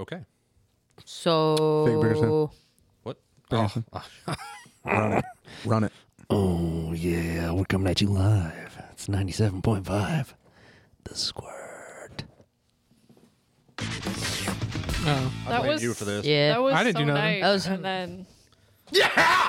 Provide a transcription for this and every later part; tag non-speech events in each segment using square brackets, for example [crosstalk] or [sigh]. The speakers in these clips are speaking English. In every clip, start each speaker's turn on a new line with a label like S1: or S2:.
S1: Okay.
S2: So
S3: Fake Bickerson.
S1: What?
S3: Bickerson. [laughs] Run it. Run it.
S4: Oh yeah, we're coming at you live. It's ninety-seven point five. The squirt.
S5: Oh.
S1: I
S5: That
S1: blame
S5: was-
S1: you for this.
S2: Yeah.
S5: That was
S3: I didn't
S5: so
S3: do nothing.
S5: nice.
S2: That was-
S5: and then yeah.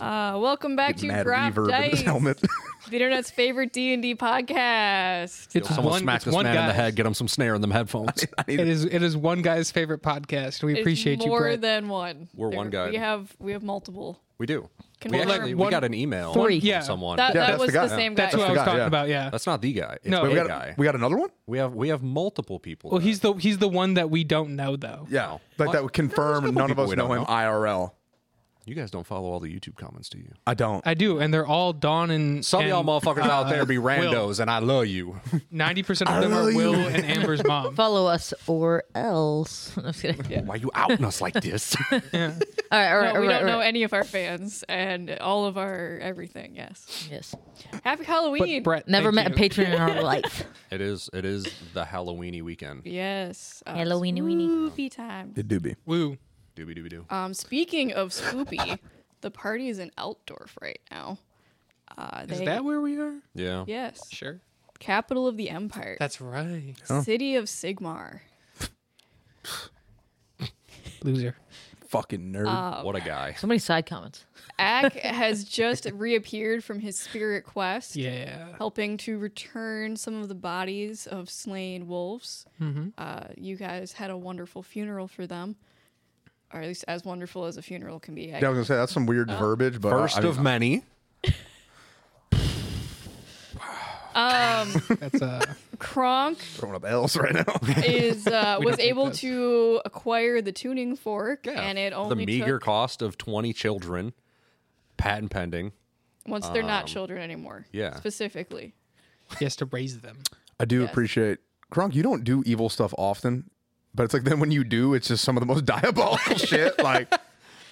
S5: [laughs] uh, welcome back to
S3: Mad
S5: Drop
S3: reverb in his
S5: Dice,
S3: helmet.
S5: the internet's favorite D and D podcast.
S1: Yo, someone smack
S4: it's
S1: this
S4: one
S1: man in the
S4: guy.
S1: head. Get him some snare in them [laughs] headphones.
S3: I need
S4: It
S3: it.
S4: is it is one guy's favorite podcast. We appreciate
S5: it's
S4: you,
S5: more
S4: Brett.
S5: than one.
S1: We're one guy.
S5: We have we have multiple.
S1: we do.
S5: Can
S1: we
S5: we-
S1: actually we
S4: One-
S1: got an email
S2: Three.
S1: from
S4: Yeah.
S1: someone.
S5: That,
S3: Yeah,
S5: that
S3: that's
S5: was
S3: the guy.
S5: the same guy.
S4: That's who I was
S3: guy,
S4: talking
S3: yeah.
S4: about. Yeah.
S1: That's not the guy. It's
S4: No.
S1: a
S3: [laughs]
S4: Wait,
S3: we got
S1: guy.
S3: we got another one.
S1: We have we have multiple people.
S4: well,
S1: that-
S4: he's the he's the one that we don't know though.
S3: Yeah, like that would confirm
S1: couple
S3: none of
S1: people
S3: us
S1: we
S3: know
S1: don't
S3: him
S1: know.
S3: IRL.
S1: you guys don't follow all the YouTube comments, do you?
S3: I don't.
S4: I do, and they're all Dawn and
S1: Some of y'all motherfuckers out there be
S4: Will.
S1: randos, and I love you.
S4: Ninety percent of them are
S3: love you.
S4: Will and Amber's
S5: [laughs]
S4: mom.
S2: Follow us or else. [laughs] I'm just kidding.
S1: Why you outing us like
S2: [laughs]
S1: this?
S2: All right, all right,
S5: No,
S2: all
S5: we
S2: right,
S5: don't
S2: all
S5: know
S2: right.
S5: any of our fans and all of our everything. Yes.
S2: Yes.
S5: Happy Halloween.
S4: Brett,
S2: Never
S4: thank
S2: met a
S4: you.
S2: patron in
S5: [laughs]
S2: our life.
S1: [laughs] it is it is the Halloweeny weekend.
S5: Yes. Uh,
S2: Halloween weenie.
S5: Spoopy time.
S3: It do be.
S4: Woo.
S1: Doobie doobie doo.
S5: Um, speaking of Spoopy, the party is in Altdorf right now. Uh,
S4: Is
S5: they-
S4: that where we are?
S1: Yeah.
S5: Yes.
S4: Sure.
S5: Capital of the Empire.
S4: That's right.
S5: City of Sigmar.
S4: Loser.
S3: Fucking nerd.
S1: What a guy.
S2: So many side comments.
S4: [laughs]
S5: Ack has just reappeared from his spirit quest,
S4: Yeah.
S5: helping to return some of the bodies of slain wolves.
S4: Mm-hmm.
S5: Uh, you guys had a wonderful funeral for them, or at least as wonderful as a funeral can be. I
S3: yeah, I was gonna say that's some weird verbiage, but
S1: First
S3: I, I mean,
S1: of many.
S4: [laughs] That's uh
S5: Um, Kronk
S3: throwing up L's right now.
S1: [laughs]
S5: is uh, was able
S4: this.
S5: to acquire the tuning fork,
S1: Yeah.
S5: and it
S1: the
S5: only
S1: meager
S5: took
S1: cost of twenty children, patent pending.
S5: once they're not children anymore.
S1: um, yeah.
S5: specifically.
S4: he has to raise them.
S3: [laughs] I do appreciate Kronk. You don't do evil stuff often, but it's like then when you do, it's just some of the most [laughs] diabolical shit. Like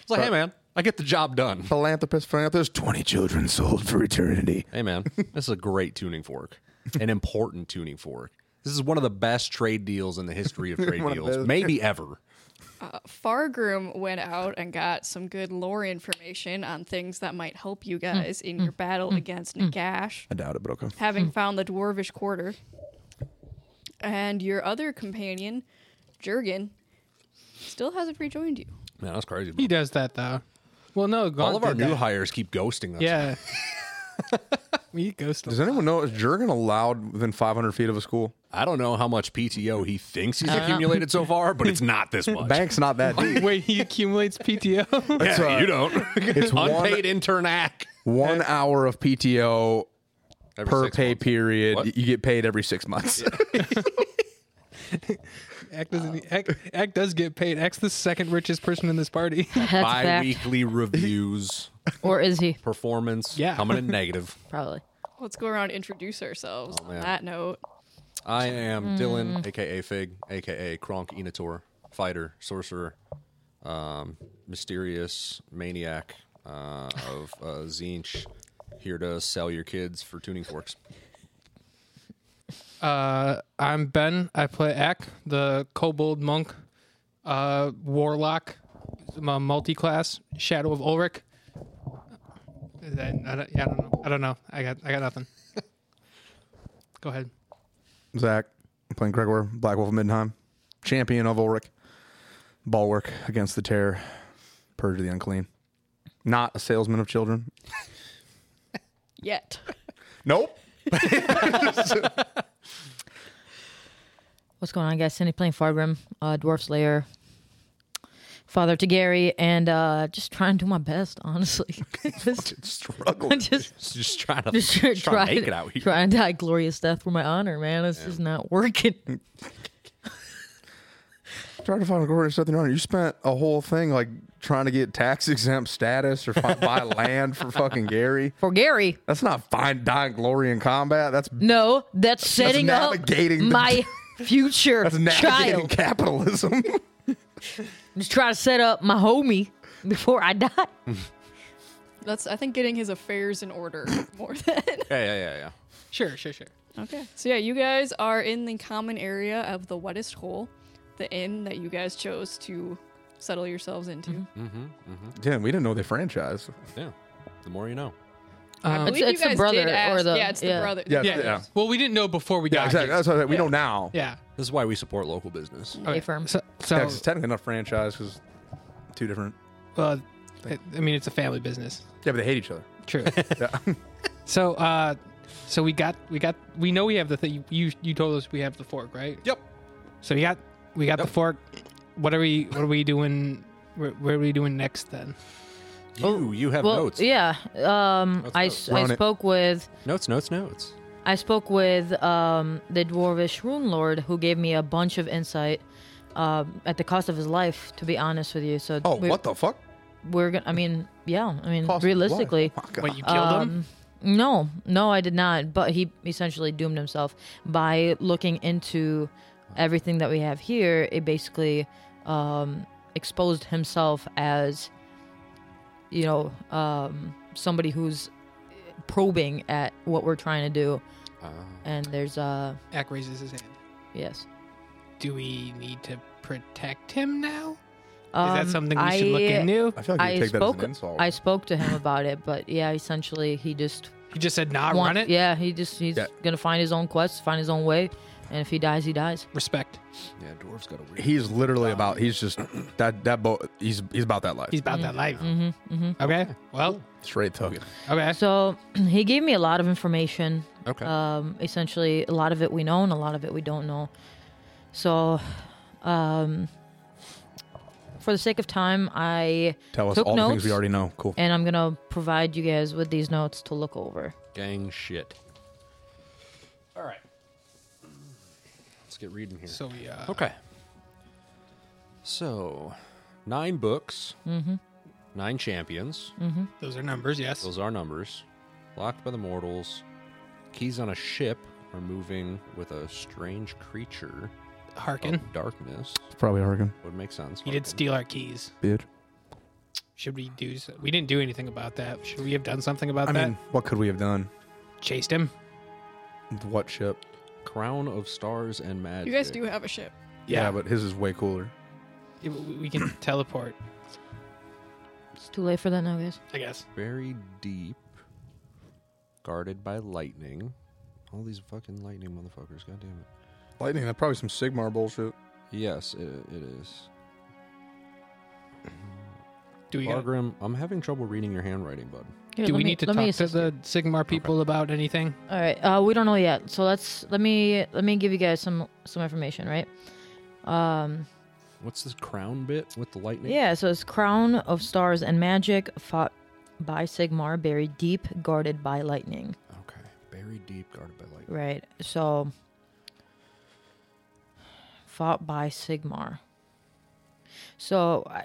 S1: It's like, hey man, I get the job done.
S3: [laughs] philanthropist, philanthropist, twenty children sold for eternity.
S1: Hey man, this is a great tuning fork, an important tuning fork. This is one of the best trade deals in the
S3: [laughs]
S1: history of trade
S3: One of
S1: deals,
S3: those.
S1: maybe ever.
S5: Fargroom went out and got some good lore information on things that might help you guys in your battle against Nagash,
S3: I doubt it, but okay.
S5: having found the Dwarvish Quarter. And your other companion, Jurgen, still hasn't rejoined you.
S1: Man, that's crazy.
S4: He
S1: bro.
S4: does that though. Well, no, Gaunt
S1: All of our
S4: did
S1: new
S4: that.
S1: hires keep ghosting us.
S4: Yeah. [laughs] we ghost him.
S3: Does anyone know is Jurgen allowed within five hundred feet of a school?
S1: I don't know how much PTO he thinks he's accumulated so far, but it's not
S3: [laughs]
S1: this much.
S3: Uh-huh. Bank's not that deep.
S4: Wait, he accumulates PTO.
S1: Yeah,
S3: It's, uh,
S1: you don't. [laughs]
S3: It's
S1: Unpaid
S3: one,
S1: intern act.
S3: one hour of PTO
S1: Every
S3: per
S1: six
S3: pay
S1: months.
S3: period.
S1: What?
S3: You get paid every six months.
S4: Act
S3: Uh,
S4: doesn't. e-,
S3: [laughs]
S4: Act, Act does get paid. Act's the second richest person in this party. [laughs]
S2: That's a fact.
S1: Bi-weekly reviews,
S2: Or is he?
S1: performance
S4: Yeah.
S1: coming in negative.
S2: Probably.
S5: Let's go around and introduce ourselves on
S1: Oh, man.
S5: that note.
S1: I am
S4: Mm.
S1: Dylan, aka Fig, aka Kronk Enator, fighter, sorcerer, um, mysterious maniac uh, of uh, Zinch, here to sell your kids for tuning forks.
S4: Uh, I'm Ben. I play Ack, the kobold monk, uh, warlock, multi class, Shadow of Ulrich. Is that- I don't, yeah, I don't know. I don't know. I got. I got
S3: [laughs]
S4: nothing. Go ahead.
S3: [laughs] Zach, I'm playing Gregor, Black Wolf of Middenheim, champion of Ulrich, bulwark against the terror, purge the unclean. Not a salesman of children.
S5: Yet.
S3: Nope.
S2: What's going on, guys? Cindy playing Fargrim, uh, Dwarf Slayer, father to Gary, and uh, just trying to do my best, honestly. [laughs] just,
S3: Struggle.
S1: [laughs]
S2: just,
S1: Just trying to,
S3: [laughs]
S2: just
S1: trying
S2: try-
S1: to make it out here.
S2: Trying to die glorious death for my honor, man. It's just not working.
S1: [laughs]
S3: Trying to find a glorious something on You spent a whole thing like trying to get tax exempt status or
S1: [laughs]
S3: fi- buy land for fucking Gary.
S2: For Gary,
S3: That's not find dying glory in combat. That's
S2: no, that's setting
S3: navigating
S2: up
S3: the- [laughs]
S2: my future
S3: that's navigating
S2: child.
S3: capitalism. [laughs]
S2: I'm just trying to set up my homie before I die.
S1: [coughs]
S5: That's, I think, getting his affairs in order more than.
S1: Yeah, yeah, yeah, yeah.
S4: Sure, sure, sure.
S5: Okay. So yeah, you guys are in the common area of the wettest hole, the inn that you guys chose to settle yourselves into.
S1: Mm-hmm. Mm-hmm.
S3: Yeah, we didn't know they franchised.
S1: Yeah. The more you know.
S5: I
S4: Um,
S5: believe
S2: it's
S5: you
S2: the
S5: guys
S2: brother
S5: did
S2: or
S5: ask.
S2: the-
S5: yeah, it's the
S2: yeah.
S5: brother.
S3: Yeah,
S4: yeah,
S3: yeah.
S4: Well, we didn't know before we
S3: Yeah,
S4: got
S3: exactly.
S4: here.
S3: That's what I said. We know now.
S4: Yeah.
S1: This is why we support local business.
S2: A firm.
S4: So, so
S3: Yeah, 'cause it's technically not franchise because two different.
S4: uh, I I mean, it's a family business.
S3: Yeah, but they hate each other. [laughs]
S4: True.
S3: Yeah.
S4: so, uh, so we got we got we know we have the thing. You you told us we have the fork, right?
S3: Yep.
S4: So we got we got
S3: Yep.
S4: the fork. What are we what are we doing? Where, where are we doing next then?
S1: You,
S3: Oh.
S1: you have
S2: Well,
S1: notes.
S2: yeah. Um,
S1: Let's
S2: I,
S1: go.
S2: s-
S3: We're
S2: I
S3: on it.
S2: spoke with
S1: Notes, notes, notes.
S2: I spoke with um, the dwarvish rune lord who gave me a bunch of insight um, at the cost of his life. To be honest with you, so
S3: Oh,
S2: we're,
S3: what the fuck?
S2: we're gonna. I mean, yeah. I mean,
S3: Cost of
S2: realistically,
S3: life. Oh my God.
S4: Wait, you killed
S2: Um,
S4: him?
S2: No, no, I did not. But he essentially doomed himself by looking into everything that we have here. It basically um, exposed himself as, you know, um, somebody who's probing at what we're trying to do.
S3: Ah.
S2: And there's uh
S4: Ack raises his hand.
S2: yes.
S4: Do we need to protect him now?
S2: Um,
S4: Is that something we should look
S2: I-
S4: into?
S3: I feel like you
S2: I
S3: take that as
S2: spoke.
S3: an insult.
S2: I spoke to him about it, but yeah, essentially he just
S4: You just said nah,
S2: want-
S4: run it.
S2: Yeah, he just he's
S3: Yeah.
S2: gonna find his own quest, find his own way, and if he dies, he dies.
S4: Respect.
S1: Yeah, dwarves got a weird.
S3: he's literally about. He's just that that boat. He's he's about that life.
S4: He's about
S2: Mm-hmm.
S4: that life. Okay. Well.
S3: straight token.
S4: Okay.
S2: So [clears throat] he gave me a lot of information.
S1: Okay.
S2: Um, essentially, a lot of it we know and a lot of it we don't know. So, um, for the sake of time, I
S3: Tell us
S2: took
S3: all the
S2: notes,
S3: things we already know. Cool.
S2: and I'm gonna provide you guys with these notes to look over.
S1: Gang shit.
S4: All right.
S1: Let's get reading here.
S4: So we. Uh,
S1: okay. So, nine books,
S5: Mm-hmm.
S1: nine champions.
S5: Mm.
S4: Those are numbers. Yes.
S1: Those are numbers. Locked by the mortals. Keys on a ship are moving with a strange creature
S4: Harkin.
S1: of darkness.
S3: Probably Oregon,
S1: Would make sense.
S4: He did
S1: Harkin.
S4: steal our keys.
S3: bitch.
S4: Should we do? So- we didn't do anything about that. Should we have done something about
S3: I
S4: that?
S3: mean, what could we have done?
S4: Chased him.
S3: What ship?
S1: Crown of Stars and Magic.
S5: You guys do have a ship.
S3: Yeah, but his is way cooler.
S4: Yeah, we we [clears throat] can teleport.
S2: It's too late for that now, guys.
S4: I guess.
S1: Very deep. Guarded by lightning. All these fucking lightning motherfuckers. God damn it.
S3: Lightning. That's probably some Sigmar bullshit.
S1: Yes, it, it is.
S4: Do we? Gotta,
S1: Bargrim, I'm having trouble reading your handwriting, bud.
S2: Here,
S4: do
S2: let
S4: we
S2: me-
S4: need to
S2: let
S4: talk
S2: me
S4: to
S2: assist you.
S4: the Sigmar people about anything?
S2: All right. Uh, we don't know yet. So let's let me let me give you guys some some information, right? Um,
S1: What's this crown bit with the lightning?
S2: yeah. So it's crown of stars and magic fought by Sigmar, buried deep, guarded by lightning.
S1: Okay. Buried deep, guarded by lightning.
S2: Right. So fought by Sigmar. So I,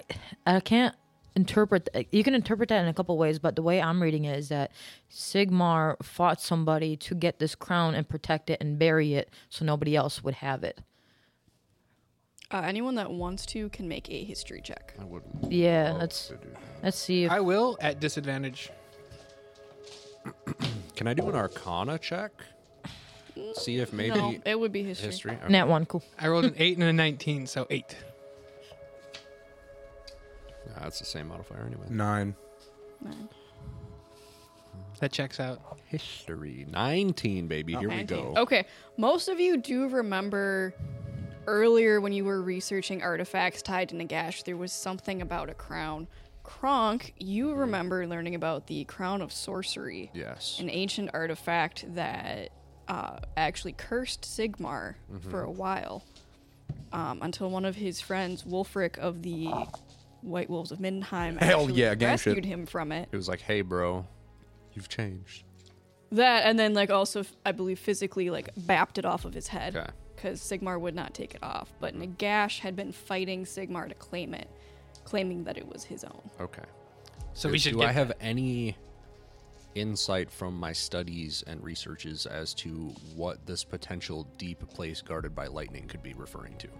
S2: I can't interpret you can interpret that in a couple ways, but the way I'm reading it is that Sigmar fought somebody to get this crown and protect it and bury it so nobody else would have it.
S5: Uh, anyone that wants to can make a history check.
S1: I wouldn't.
S2: Yeah,
S1: love
S2: let's
S1: to Oh, do that.
S2: let's see if
S4: I will at disadvantage.
S1: Can I do an Arcana check? See if maybe
S5: no, it would be history.
S1: history. Okay.
S2: net one cool.
S4: I [laughs] rolled an eight and a nineteen, so eight.
S1: Nah, that's the same modifier anyway.
S3: Nine.
S5: Nine.
S4: That checks out.
S1: History 19, baby. Here we go.
S5: Okay, most of you do remember earlier when you were researching artifacts tied to Nagash, there was something about a crown. Kronk, you remember learning about the crown of sorcery,
S1: Yes.
S5: an ancient artifact that uh, actually cursed Sigmar for a while um, until one of his friends, Wolfric of the White Wolves of Mindenheim,
S3: Hell
S5: actually
S3: yeah, gang shit.
S5: rescued him from it.
S1: It was like, hey, bro, you've changed.
S5: That and then like also f- I believe physically like bapped it off of his head
S1: Okay.
S5: because Sigmar would not take it off. But
S2: Mm-hmm.
S5: Nagash had been fighting Sigmar to claim it, claiming that it was his own.
S1: Okay.
S4: So we should.
S1: Do
S4: get
S1: I have any insight from my studies and researches as to what this potential deep place guarded by lightning could be referring to? [clears throat]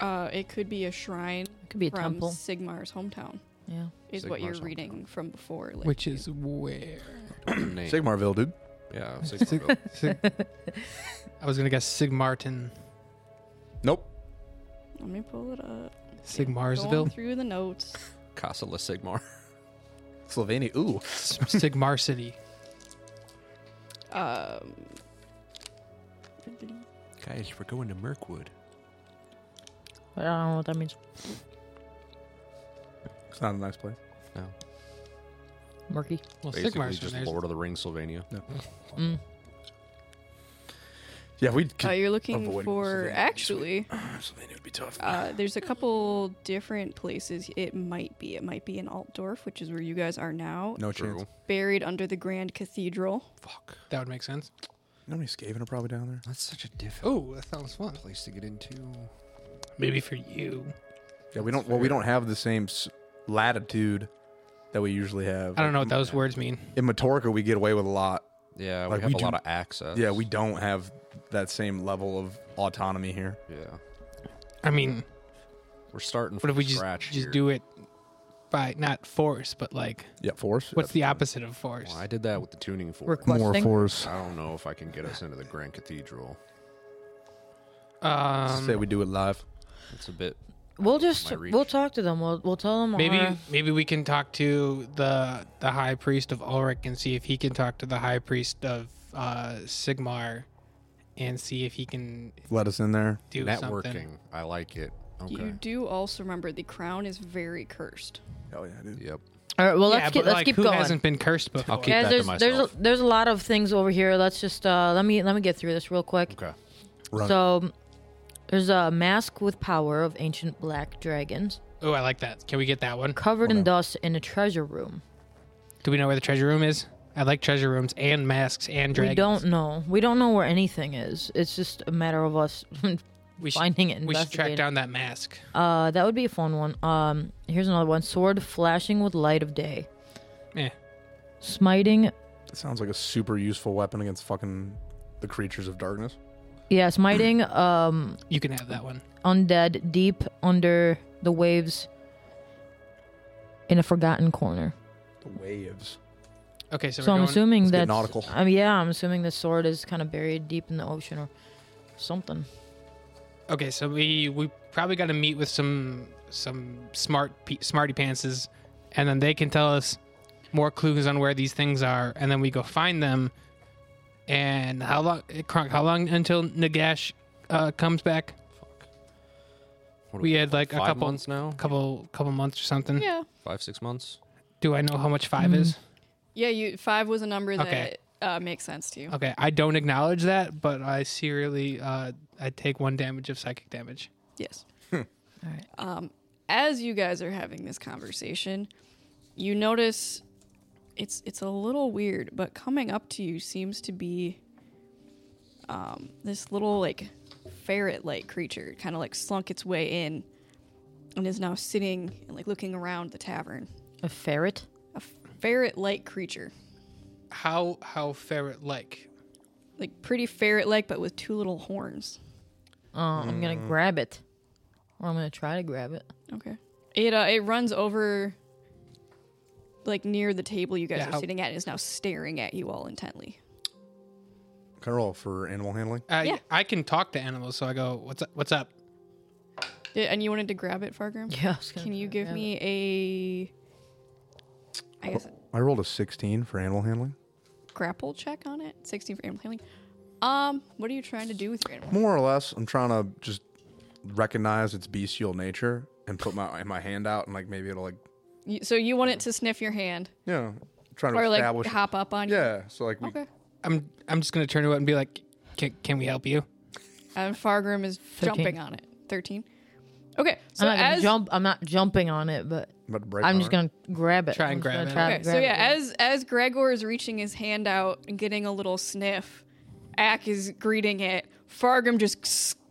S5: Uh, it could be a shrine.
S2: It could be a
S5: from
S2: temple.
S5: Sigmar's hometown
S2: Yeah.
S5: is what
S1: Sigmar's
S5: you're
S1: hometown.
S5: reading from before.
S2: [laughs]
S5: Like,
S4: Which is where?
S1: Name.
S3: Sigmarville, dude.
S1: [laughs] Yeah, Sigmarville.
S4: Sig- I was gonna guess Sigmartin,
S3: Nope.
S5: Let me pull it up. Going
S4: Sigmarsville,
S5: through the notes.
S1: Casa La Sigmar.
S3: Slovenia. Ooh.
S4: S- Sigmar City.
S5: Um,
S1: Guys, we're going to Mirkwood.
S2: I don't know what that means.
S3: It's not a nice place.
S1: No.
S2: Murky.
S4: Well,
S1: Basically
S4: Sigmar's
S1: just
S4: in there.
S1: Lord of the Rings, Sylvania.
S2: Mm.
S3: Yeah, we.
S5: uh, you're looking
S3: avoid
S5: for
S3: Pennsylvania.
S5: actually.
S3: [sighs] Slovenia would be tough.
S5: Uh, there's a couple different places it might be. It might be in Altdorf, which is where you guys are now,
S3: no
S1: True.
S3: chance.
S5: buried under the Grand Cathedral.
S1: Fuck.
S4: That would make sense.
S3: You know how many Skaven are probably down there?
S1: That's such a difficult
S4: Oh, that sounds fun.
S1: place to get into.
S4: Maybe for you.
S3: Yeah, we don't. Well, we don't have the same s- latitude that we usually have.
S4: I don't know what those words mean.
S3: In Matorka, we get away with a lot.
S1: Yeah,
S3: Like,
S1: we have
S3: we
S1: a
S3: do-
S1: lot of access.
S3: Yeah, we don't have that same level of autonomy here.
S1: Yeah.
S4: I mean,
S1: We're starting
S4: what
S1: from
S4: if we just
S1: scratch
S4: just
S1: here.
S4: do it by not force, but like
S3: Yeah, force.
S4: what's the opposite of force?
S1: Well, I did that with the tuning fork.
S2: Requesting.
S3: force?
S1: I don't know if I can get us into the Grand Cathedral.
S4: Um,
S3: say we do it live.
S1: It's a bit.
S2: We'll just
S1: My reach.
S2: we'll talk to them. We'll we'll tell them
S4: maybe
S2: our-
S4: maybe we can talk to the the high priest of Ulrich and see if he can talk to the high priest of uh, Sigmar, and see if he can
S3: Let us in there.
S4: do
S1: Networking.
S4: something.
S1: I like it. Okay.
S5: You do also remember the crown is very cursed.
S3: Hell yeah, dude.
S1: Yep.
S2: All right. Well, let's
S4: yeah,
S2: keep
S4: but
S2: let's
S4: like,
S2: keep
S4: who
S2: going.
S4: hasn't been cursed before?
S1: keep- that to
S2: Guys, there's there's a,
S1: myself.
S2: there's a lot of things over here. Let's just uh, let me let me get through this real quick.
S1: Okay.
S3: Run.
S2: So there's a mask with power of ancient black dragons,
S4: Oh, I like that. Can we get that one?
S2: covered in dust in a treasure room.
S4: Do we know where the treasure room is? I like treasure rooms and masks and dragons.
S2: We don't know. We don't know where anything is. It's just a matter of us [laughs]
S4: we should,
S2: finding it.
S4: we should track
S2: investigating.
S4: down that mask.
S2: Uh, that would be a fun one. Um, here's another one: sword flashing with light of day,
S4: Eh.
S2: smiting.
S3: That sounds like a super useful weapon against fucking the creatures of darkness.
S2: Yeah, smiting. um,
S4: You can have that one.
S2: undead deep under the waves in a forgotten corner.
S3: The waves.
S4: Okay, so,
S2: So,
S4: we're
S2: I'm
S4: going,
S2: assuming
S3: Let's get
S2: that
S3: nautical.
S2: I mean, yeah, I'm assuming the sword is kind of buried deep in the ocean or something.
S4: Okay, so we we probably got to meet with some some smart pe- smarty pantses, and then they can tell us more clues on where these things are, and then we go find them. And how long, eh, Kronk? How long until Nagash uh, comes back?
S1: What do
S4: We had like a
S1: five
S4: couple,
S1: months now.
S4: couple, couple months or something.
S5: Yeah, Mm-hmm.
S1: Five, six months.
S4: Do I know how much five is?
S5: yeah. You five was a number that
S4: Okay.
S5: uh, makes sense to you.
S4: Okay, I don't acknowledge that, but I serially, uh, I take one damage of psychic damage.
S5: Yes.
S2: [laughs] All right.
S5: Um, as you guys are having this conversation, you notice it's it's a little weird, but coming up to you seems to be um, this little like ferret-like creature, kind of like slunk its way in, and is now sitting and like looking around the tavern.
S2: A ferret?
S5: A ferret-like creature,
S4: How how ferret like?
S5: like pretty ferret-like, but with two little horns.
S2: Uh, I'm gonna
S3: Mm.
S2: grab it, or I'm gonna try to grab it. [laughs]
S5: Okay. It uh, it runs over like near the table you guys
S4: Yeah,
S5: are
S4: how-
S5: sitting at and is now staring at you all intently.
S3: Can I roll for animal handling?
S4: I
S5: Yeah.
S4: I can talk to animals, so I go, what's up, what's up?
S5: Yeah, and you wanted to grab it, Fargrim?
S2: Yeah. I was gonna
S5: Can you
S2: try to
S5: give
S2: grab it.
S5: me a I guess
S3: I rolled a 16 for animal handling.
S5: grapple check on it? 16 for animal handling. Um, what are you trying to do with your animal?
S3: More or less, I'm trying to just recognize its bestial nature and put my my hand out and like maybe it'll like
S5: You, so you want it to sniff your hand
S3: you know trying to
S5: or like
S3: establish
S5: hop up on
S3: yeah so like
S5: you?
S3: we,
S5: Okay.
S4: I'm I'm just gonna turn to it and be like, can, can we help you?
S5: And Fargrim is jumping on it. 13. Okay. So
S2: I'm not gonna
S5: as
S2: jump. I'm not jumping on it, but
S3: about to break
S2: I'm
S3: my
S2: just
S3: arm.
S2: gonna grab it.
S4: Try and
S2: I'm just
S4: grab
S2: gonna
S4: it.
S2: try to
S5: Okay, so
S2: grab
S5: yeah,
S2: it.
S5: as as Gregor is reaching his hand out and getting a little sniff, Ack is greeting it. Fargrim just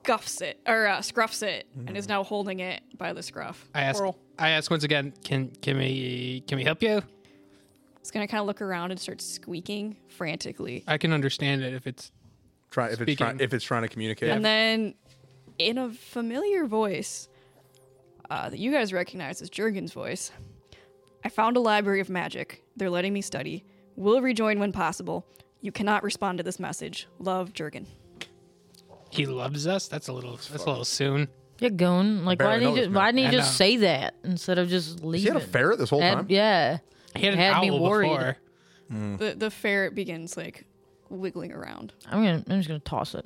S5: scuffs it or uh, scruffs it and is now holding it by the scruff.
S4: I ask I ask once again, can can we can we help you?
S5: It's gonna kind of look around and start squeaking frantically,
S4: I can understand it if it's
S3: try if it's trying
S4: Speaking.
S3: if it's trying to communicate
S5: and then in a familiar voice uh, that you guys recognize as Jurgen's voice, I found a library of magic. They're letting me study. Will rejoin when possible. You cannot respond to this message. Love, Jurgen.
S4: He loves us. That's a little. That's a little soon.
S2: Yeah, goon. Like, why
S3: Barely
S2: didn't you
S3: noticed,
S2: just,
S3: man.
S2: why didn't
S4: I
S2: you just
S4: know.
S2: say that instead of just
S3: He
S2: leaving?
S3: had a ferret this whole
S2: Had-
S3: time.
S2: yeah.
S4: He had an
S2: Had me
S4: owl
S2: worried.
S4: before.
S5: The the ferret begins like wiggling around.
S2: I'm gonna. I'm just gonna toss it.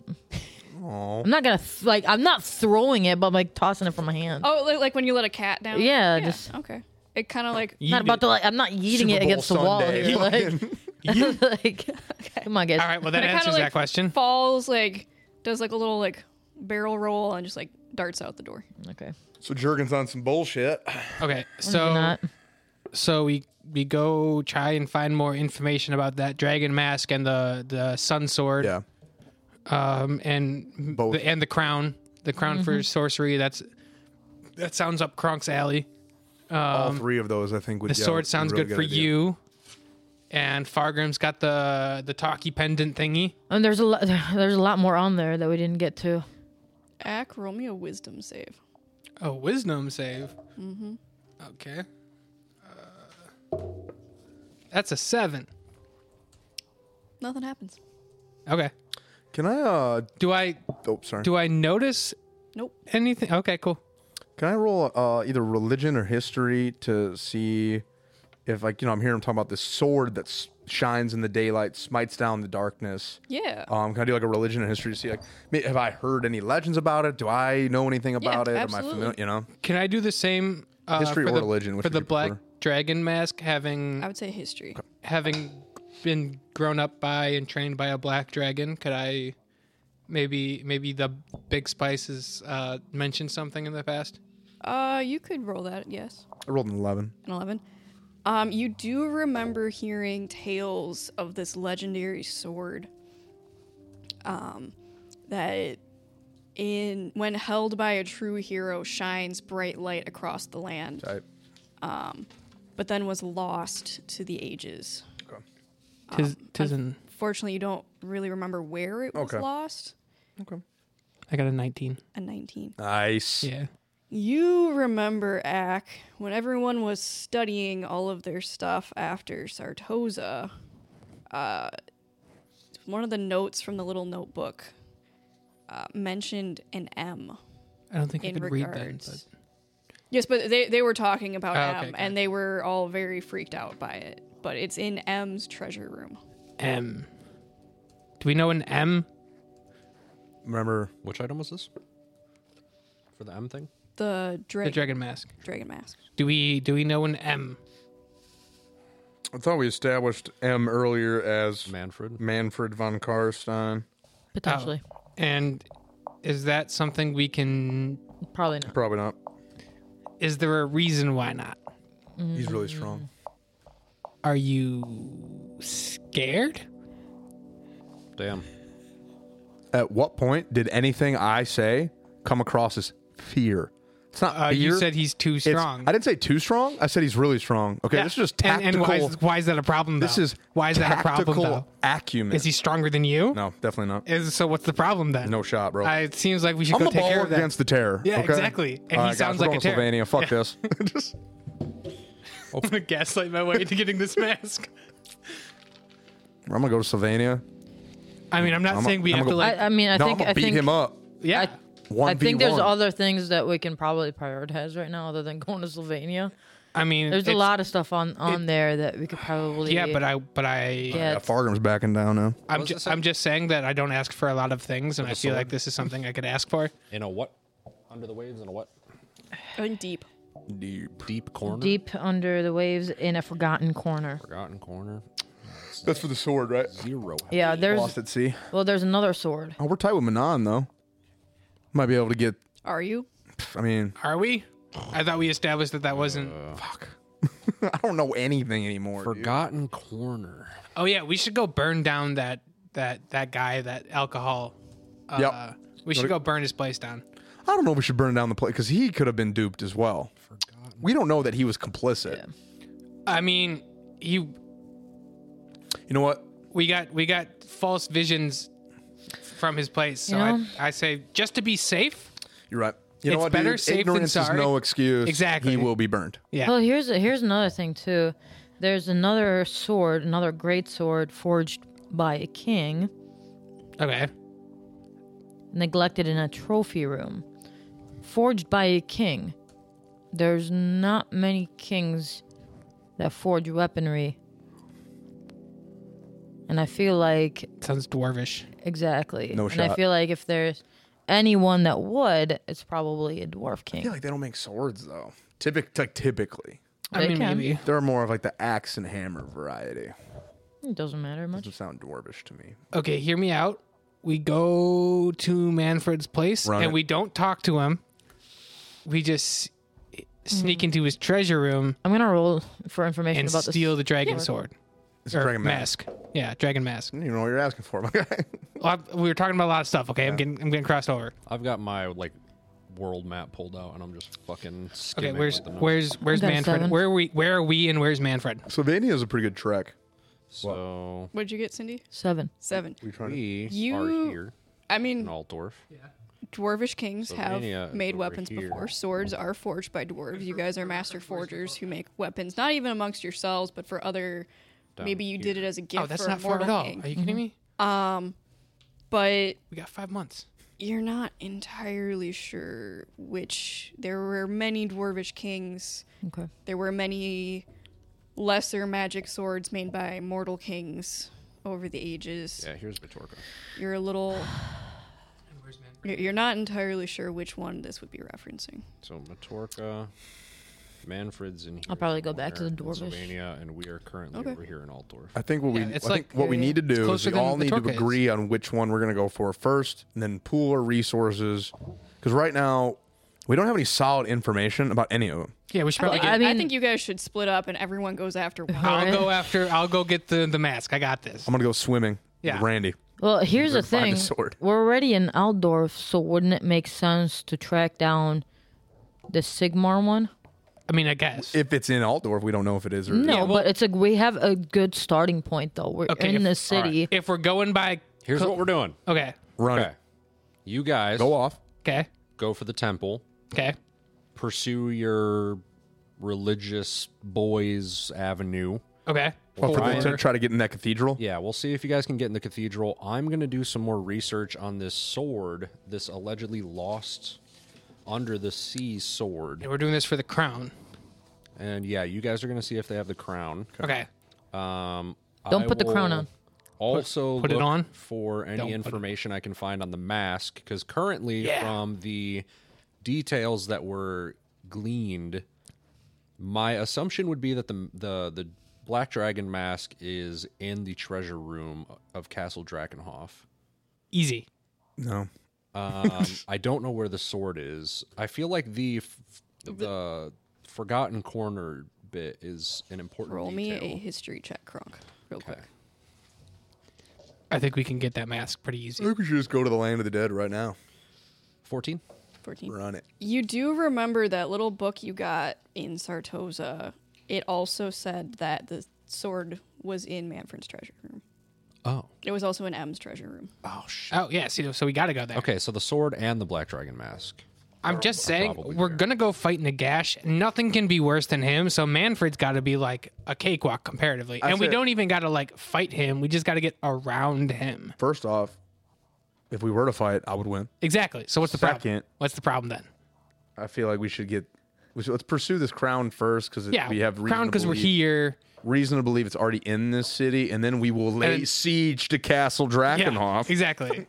S3: Aw.
S2: I'm not gonna th- like. I'm not throwing it, but I'm like tossing it from my hand.
S5: Oh, like, like when you let a cat down.
S2: Yeah, just-
S5: okay. It kind of like
S2: I'm not about to like. I'm not yeeting
S3: Super
S2: it
S3: Bowl
S2: against the wall.
S3: Sunday.
S2: Here, like, [laughs]
S3: [laughs]
S2: like, come on, guys.
S4: All right. Well, that
S5: But it kinda,
S4: answers
S5: like,
S4: that
S5: [laughs]
S4: question.
S5: falls like does like a little like barrel roll and just like darts out the door.
S2: Okay.
S3: So Jurgen's on some bullshit.
S4: Okay. So.
S2: not.
S4: so we we go try and find more information about that dragon mask and the the sun sword
S3: Yeah.
S4: um and
S3: Both.
S4: the, and the crown the crown
S2: Mm-hmm.
S4: for sorcery that's that sounds up Kronk's alley
S3: All three of those, I think, would
S4: Um, the
S3: yeah, would
S4: sword
S3: be
S4: sounds
S3: really
S4: good for
S3: idea.
S4: you and Fargrim's got the the talkie pendant thingy
S2: And Oh, there's a lot. There's a lot more on there that we didn't get to.
S5: Ack, roll me a wisdom save.
S4: oh wisdom save mm-hmm. okay uh, that's a seven
S5: Nothing happens.
S4: okay
S3: Can I? uh
S4: do I
S3: Oh, sorry.
S4: do I notice
S5: Nope.
S4: anything okay cool
S3: Can I roll uh, either religion or history to see if, like, you know, I'm hearing him talking about this sword that s- shines in the daylight, smites down the darkness.
S5: Yeah.
S3: Um, can I do like a religion and history to see, like, ma- have I heard any legends about it? Do I know anything about it?
S5: absolutely.
S3: Am I familiar? You know,
S4: Can I do the same uh,
S3: History
S4: for
S3: or
S4: the,
S3: religion, which
S4: for
S3: would
S4: the
S3: you
S4: black
S3: prefer?
S4: dragon mask having
S5: I would say history.
S4: having been grown up by and trained by a black dragon? Could I maybe maybe the big spices uh, mentioned something in the past?
S5: Uh, you could roll that. Yes,
S3: I rolled an 11.
S5: an eleven. Um, you do remember hearing tales of this legendary sword. Um, that in when held by a true hero shines bright light across the land,
S3: I,
S5: but then was lost to the ages.
S4: Tis,
S5: Um,
S4: tis an,
S5: Fortunately, you don't really remember where it was
S3: Okay.
S5: lost.
S4: I got a 19.
S5: A nineteen.
S3: nice.
S4: Yeah.
S5: You remember, Ack, when everyone was studying all of their stuff after Sartosa, uh, one of the notes from the little notebook uh, mentioned an M.
S4: I don't think
S5: In
S4: I could read that.
S5: regards- Yes, but they, they were talking about
S4: Oh, okay,
S5: M,
S4: got
S5: and they were all very freaked out by it. But it's in M's treasure room.
S4: But M. Do we know an M?
S3: Remember,
S1: Which item was this? For the M thing?
S5: The, dra-
S4: The dragon mask.
S5: dragon mask.
S4: Do we do we know an M?
S3: I thought we established M earlier as
S1: Manfred?
S3: Manfred von Karstein.
S2: Potentially.
S4: Oh. And is that something we can?
S2: Probably not.
S3: Probably not.
S4: Is there a reason why not?
S3: He's really strong.
S4: Are you scared?
S1: Damn.
S4: Mm.
S3: At what point did anything I say come across as fear? It's not
S4: Uh,
S3: fear.
S4: you said he's too
S3: It's-
S4: strong.
S3: I didn't say too strong. I said he's really strong. Okay,
S4: Yeah.
S3: this is just
S4: And-
S3: tactical.
S4: And, why, is, why is that a problem? Though?
S3: this is
S4: why is that a problem?
S3: tactical
S4: Though?
S3: acumen.
S4: Is he stronger than you?
S3: no, definitely not.
S4: Is, so what's the problem then?
S3: No shot, bro.
S4: I, it seems like we should
S3: I'm
S4: go
S3: a
S4: take care
S3: baller
S4: of that.
S3: against the terror.
S4: Yeah,
S3: okay?
S4: exactly. And he
S3: All right, guys,
S4: sounds
S3: we're
S4: like
S3: going
S4: a terror.
S3: Sylvania. Fuck this.
S4: I'm gonna [laughs] gaslight my way to
S3: [laughs]
S4: getting this mask.
S3: I'm gonna go to Sylvania.
S4: I mean, I'm not
S3: I'm a-
S4: saying we
S3: I'm
S4: have
S3: a-
S4: to like.
S2: I, I mean, I
S3: no,
S2: think.
S3: I'm gonna
S2: I
S3: beat
S2: think.
S3: him up.
S4: yeah,
S3: One
S2: I think there's
S3: all.
S2: other things that we can probably prioritize right now, other than going to Slovenia.
S4: I, mean,
S2: There's a
S4: it's-
S2: lot of stuff on on there that we could probably.
S4: Yeah, but I, but I,
S2: Yeah,
S3: Yeah,
S2: it's-
S3: Fargham's backing down now.
S4: I'm,
S1: was
S4: ju-
S1: this a-
S4: I'm just saying that I don't ask for a lot of things, and I
S1: With a
S4: feel
S1: sword?
S4: like this is something I could ask for.
S1: In a what? Under the waves in a what?
S5: And deep.
S1: Deep. Deep corner?
S2: deep under the waves in a forgotten corner.
S1: Forgotten corner.
S3: That's for the sword, right?
S1: Zero.
S2: Yeah,
S3: Lost
S2: there's
S3: at sea.
S2: well, there's another sword.
S3: Oh, we're tight with Manon though. Might be able to get.
S5: Are you?
S3: I mean, [laughs]
S4: Are we? I thought we established that that wasn't.
S3: fuck. I don't know anything anymore. dude.
S1: Forgotten corner.
S4: Oh yeah, we should go burn down that that that guy that alcohol. Uh,
S3: Yep.
S4: We should go burn his place down.
S3: I don't know if we should burn down the place because he could have been duped as well. We don't know that he was complicit.
S4: I mean, he
S3: You know what?
S4: we got we got false visions from his place. So
S2: You know?
S4: I, I say just to be safe.
S3: You're right. You know
S4: It's
S3: what,
S4: better
S3: dude?
S4: safe than
S3: Ignorance
S4: sorry.
S3: is no excuse.
S4: Exactly.
S3: He will be burned.
S4: Yeah.
S2: Well, here's here's another thing too. There's another sword, another great sword forged by a king,
S4: Okay.
S2: neglected in a trophy room, forged by a king. There's not many kings that forge weaponry. And I feel like
S4: Sounds dwarvish.
S2: Exactly.
S3: No
S2: and I
S3: shot.
S2: feel like if there's anyone that would, it's probably a dwarf
S3: I feel
S2: king.
S3: like they don't make swords though. Typic- like, typically,
S4: I
S2: They
S4: mean,
S2: can.
S4: maybe.
S3: they're more of like the axe and hammer variety.
S2: It doesn't matter much.
S3: Doesn't sound dwarvish to me.
S4: Okay, hear me out. We go to Manfred's place
S3: Run
S4: and
S3: it.
S4: we don't talk to him. We just sneak into his treasure room
S2: I'm gonna roll for information
S4: and
S2: about the
S4: steal Hmm. the dragon sword.
S3: It's a
S4: Or
S3: dragon mask.
S4: mask. Yeah, dragon mask.
S3: You know what you're asking for, my guy. [laughs]
S4: Well, I- we were talking about a lot of stuff. Okay, I'm getting I'm getting crossed over.
S1: I've got my like world map pulled out, and I'm just fucking.
S4: Okay,
S1: skimming
S4: where's
S1: what the notes-
S4: where's where's
S2: got a
S4: Manfred?
S2: seven.
S4: Where are we? Where are we? And where's Manfred?
S3: Slovenia is a pretty good trek.
S1: so
S5: What'd you get, Cindy?
S2: seven.
S5: Seven.
S3: We trying to
S1: we
S5: You-
S1: are here
S5: I mean,
S1: in Altdorf.
S5: dwarvish kings
S1: Slovenia
S5: have
S1: is
S5: made
S1: uh, over
S5: weapons
S1: here.
S5: before. Swords are forged by dwarves. You guys are master forgers who make weapons, not even amongst yourselves, but for other. maybe you did it as a gift.
S4: Oh, that's
S5: for a
S4: not far at
S5: mortal
S4: all.
S5: king.
S4: Are you kidding me?
S5: But
S4: We got five months.
S5: you're not entirely sure which. There were many dwarvish kings.
S2: Okay.
S5: There were many lesser magic swords made by mortal kings over the ages.
S1: Yeah, here's Batorka.
S5: You're a
S4: [sighs]
S5: little. You're you're not entirely sure which one this would be referencing.
S1: So Matorka, Manfred's in here.
S2: I'll probably go back to the
S1: somewhere in
S2: dwarvish.
S1: Slovenia, and we are currently
S5: Okay.
S1: over here in Altdorf.
S3: I think what
S4: Yeah,
S3: we I
S4: it's
S3: think
S4: like-
S3: what we
S4: yeah, yeah.
S3: need to do
S4: It's
S3: is we
S4: closer
S3: all
S4: than the
S3: need to
S4: Torque is.
S3: agree on which one we're going to go for first, and then pool our resources. Because right now we don't have any solid information about any of them.
S4: Yeah, we should probably.
S2: I
S4: Get,
S2: mean-
S5: I think you guys should split up and everyone goes after one.
S4: Uh,
S3: [laughs]
S4: I'll go after. I'll go get the the mask. I got this.
S3: I'm going to go swimming.
S4: Yeah.
S3: with Randy.
S2: Well, here's the
S3: Find a
S2: thing.
S3: sword.
S2: We're already in Aldorf, so wouldn't it make sense to track down the Sigmar one?
S4: I mean, I guess.
S3: If it's in Altdorf, we don't know if it is or
S2: No,
S4: Yeah, well-
S2: but it's a we have a good starting point though. We're
S4: Okay,
S2: in
S4: if-
S2: the city.
S4: if we're going by,
S1: Here's what we're doing.
S4: okay,
S3: run
S1: Okay,
S3: it.
S1: you guys
S3: Go off.
S4: okay,
S1: go for the temple.
S4: okay.
S1: Pursue your religious boys avenue.
S4: Okay.
S3: Well, for
S1: Fire.
S3: the, to try to get in that cathedral.
S1: Yeah, we'll see if you guys can get in the cathedral. I'm going to do some more research on this sword, this allegedly lost under the sea sword.
S4: Yeah, we're doing this for the crown.
S1: And yeah, you guys are going to see if they have the crown.
S4: Okay.
S1: Um,
S2: Don't
S1: I
S2: put the crown
S1: will
S2: on.
S1: Also,
S4: Put- put it
S1: look
S4: on?
S1: for any
S4: Don't put it-
S1: information I can find on the mask because currently,
S4: Yeah.
S1: from the details that were gleaned, my assumption would be that the the the black dragon mask is in the treasure room of Castle Drakenhof.
S4: Easy.
S3: No.
S4: [laughs]
S1: Um, I don't know where the sword is. I feel like the f- the, forgotten corner bit is an important
S5: Roll me
S1: detail.
S5: a history check, Kronk, real quick.
S4: I think we can get that mask pretty easy.
S3: Maybe we should just go to the land of the dead right now.
S1: Fourteen.
S5: 14.
S3: Run it.
S5: You do remember that little book you got in Sartosa. It also said that the sword was in Manfred's treasure room.
S1: Oh.
S5: It was also in M's treasure room.
S1: Oh shit.
S4: Oh yeah, see, so we gotta go there.
S1: Okay, so the sword and the black dragon mask.
S4: I'm just saying
S1: probably
S4: we're
S1: there.
S4: gonna go fight Nagash. Nothing can be worse than him. So Manfred's got to be like a cakewalk comparatively, and
S3: That's
S4: we
S3: it.
S4: don't even gotta like fight him. We just gotta get around him.
S3: First off, if we were to fight, I would win.
S4: Exactly. So what's the problem?
S3: Second.
S4: What's the problem then?
S3: I feel like we should get. We should, let's pursue this crown first because
S4: Yeah,
S3: we have reason
S4: crown
S3: to
S4: because we're
S3: believe-
S4: here.
S3: reason to believe it's already in this city, and then we will lay
S4: And-
S3: siege to Castle
S4: Yeah,
S3: Drakenhof.
S4: exactly.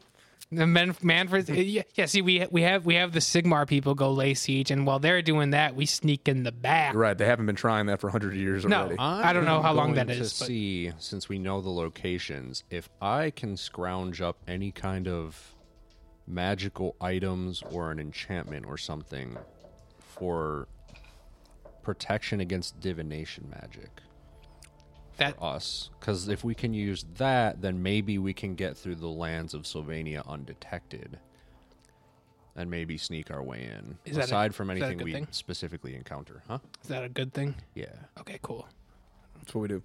S4: The men, Manfred, yeah, yeah. See, we we have we have the Sigmar people go lay siege, and while they're doing that, we sneak in the back.
S3: Right, they haven't been trying that for hundred years
S4: No.
S3: already.
S4: I don't know how long
S1: going
S4: that is,
S1: To
S4: but-
S1: see, since we know the locations, if I can scrounge up any kind of magical items or an enchantment or something for protection against divination magic,
S4: That
S1: us, because if we can use that, then maybe we can get through the lands of Sylvania undetected. And maybe sneak our way in.
S4: Is that a-
S1: aside from
S4: is that a
S1: anything
S4: good
S1: we
S4: thing?
S1: specifically encounter, huh?
S4: is that a good thing?
S1: Yeah.
S4: Okay, cool.
S3: That's what we do.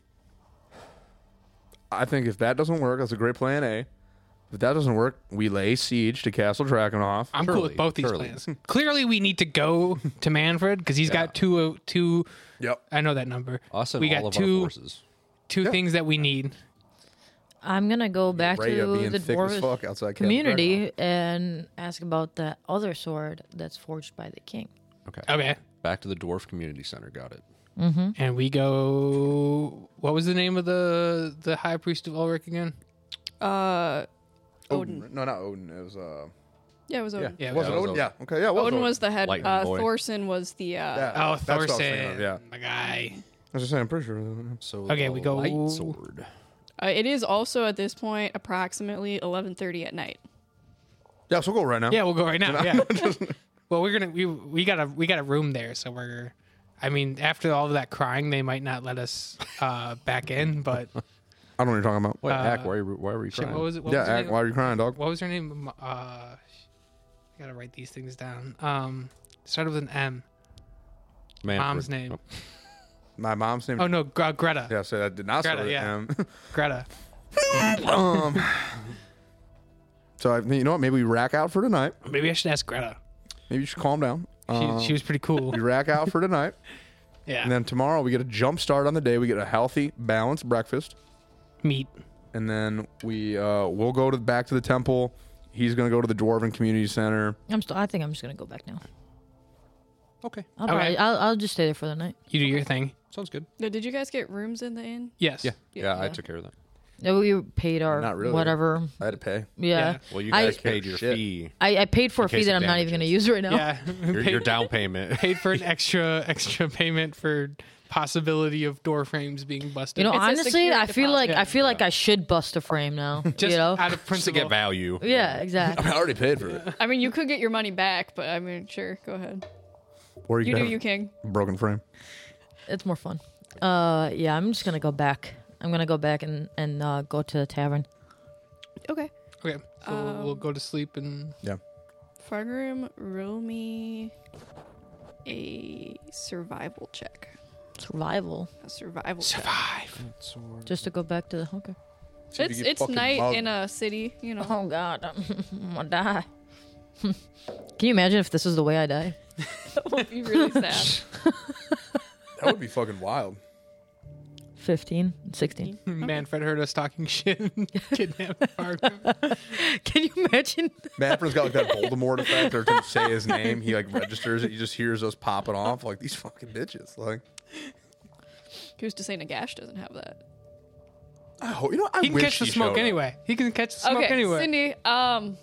S3: I think if that doesn't work, that's a great plan A. If that doesn't work, we lay siege to Castle Drakenhof.
S4: I'm cool with
S1: Surely,
S4: both these
S1: surely.
S4: plans. Clearly, we need to go to Manfred because he's got two uh, two.
S3: Yep.
S4: I know that number.
S1: Us and
S4: we
S1: all
S4: got
S1: of our
S4: two
S1: forces.
S4: two things that we need.
S2: I'm gonna go back
S3: Raya
S2: to
S3: being
S2: the
S3: thick as
S2: dwarf
S3: fuck outside Cavern Dragon.
S2: community and ask about that other sword that's forged by the king.
S1: Okay.
S4: Okay.
S1: Back to the Dwarf Community Center. Got it.
S4: And we go. What was the name of the the high priest of Ulrich again?
S5: Uh,
S3: Odin. No, not Odin. It was uh.
S5: yeah, it was
S3: Yeah.
S5: Odin.
S4: Yeah,
S3: was it
S4: that
S1: was
S3: Odin?
S1: Odin.
S3: Yeah. Okay. Yeah. It was
S5: Odin was the head.
S1: Lightning
S5: Uh,
S1: boy.
S5: Thorson was the. Uh,
S3: Yeah.
S4: Oh,
S3: that's what I was thinking
S4: Thorson.
S3: of, Yeah.
S4: my guy.
S3: I was just saying. I'm pretty sure. it was Odin.
S1: So
S4: Okay,
S1: the
S4: we go-
S1: Light sword.
S5: uh, it is also at this point approximately 11:30 at night.
S3: Yeah. So we'll go right now.
S4: Yeah, we'll go right now. Yeah.
S3: [laughs]
S4: well, we're gonna we we got a we got a room there, so we're. I mean, after all of that crying, they might not let us uh, back
S3: [laughs]
S4: in. But
S3: I don't know what you're talking about.
S1: Wait, Hack, why, are you- why were you
S4: Uh, shit,
S1: crying?
S4: what was it? What
S3: yeah.
S4: was her
S3: Act,
S4: name?
S3: why are you crying, dog?
S4: What was her name? Uh, I gotta write these things down. Um, started with an M.
S1: Manfred.
S4: Mom's name.
S1: Oh,
S3: My mom's name.
S4: Oh no, Gre- Greta.
S3: [laughs] Yeah. So that did not start
S4: Greta,
S3: with
S4: yeah.
S3: M.
S4: Greta.
S3: um. [laughs] So I, you know what? Maybe we rack out for tonight.
S4: Maybe I should ask Greta.
S3: Maybe you should calm down.
S4: She,
S3: Uh,
S4: she was pretty cool.
S3: we rack out for
S4: [laughs]
S3: tonight,
S4: Yeah.
S3: and then tomorrow we get a jump start on the day. We get a healthy, balanced breakfast.
S4: Meat.
S3: and then we uh, we'll go to back to the temple. He's gonna go to the dwarven community center.
S2: I'm still. I think I'm just gonna go back now.
S1: Okay,
S2: I'll,
S4: Okay.
S2: probably, I'll, I'll just stay there for the night.
S4: You do your thing.
S1: sounds good.
S5: Now, did you guys get rooms in the inn?
S3: [laughs]
S4: Yes.
S1: Yeah, yeah, I
S5: yeah.
S1: took care of that.
S2: Yeah, We paid our
S3: Not really.
S2: whatever.
S3: I had to pay.
S2: Yeah.
S4: Yeah.
S1: Well, you
S2: I-
S1: guys paid your
S3: Shit.
S1: fee,
S4: [laughs]
S2: I, I paid for a
S1: In
S2: fee
S1: case
S2: that
S1: of
S2: I'm not even gonna
S1: damages.
S2: use right now.
S4: Yeah. [laughs]
S1: your,
S4: Paid-
S1: your down [laughs] payment.
S4: paid for an extra extra payment for possibility of door frames being
S2: [laughs]
S4: busted.
S2: You know,
S5: It's a
S2: honestly,
S5: security
S2: I feel like
S4: deposit.
S2: I feel like I should bust a frame now.
S4: just
S2: you know?
S4: out of
S1: Just to
S4: principle.
S1: get value.
S2: yeah, exactly. [laughs]
S3: [laughs] I already paid for it.
S5: I mean, you could get your money back, but I mean, sure, go ahead.
S3: Or
S5: You
S3: could
S5: do
S3: have
S5: you, King.
S3: a broken frame.
S2: It's more fun. Uh, yeah, I'm just gonna go back. I'm gonna go back and and uh, go to the tavern.
S5: Okay.
S4: Okay, so we'll-
S5: Um,
S4: we'll go to sleep
S5: [laughs]
S4: and
S5: Fargrim, roll me a survival check.
S2: Survival,
S5: A survival check.
S4: survive.
S2: just to go back to the hunker. [laughs]
S3: See if you
S5: It's
S3: get
S5: it's
S3: fucking
S5: night
S3: mugged.
S5: in a city, you know.
S2: Oh God, [laughs] I'm gonna die. [laughs] Can you imagine if this is the way I die?
S5: That would be really sad.
S3: that would be fucking wild.
S2: 15, 16.
S4: Manfred heard us talking [laughs] shit, and
S5: [laughs]
S4: kidnapped Fargo.
S2: [laughs] Can you imagine?
S3: Manfred's got like that Voldemort effect. Every time you say his name, he like registers it. He just hears us popping off like these fucking bitches. Like,
S5: Who's to say Nagash doesn't have that?
S3: oh, you know, I
S4: He can
S3: wish
S4: catch the
S3: he
S4: smoke
S3: showed up.
S4: anyway. He can catch the smoke
S5: okay,
S4: anyway.
S5: Cindy, um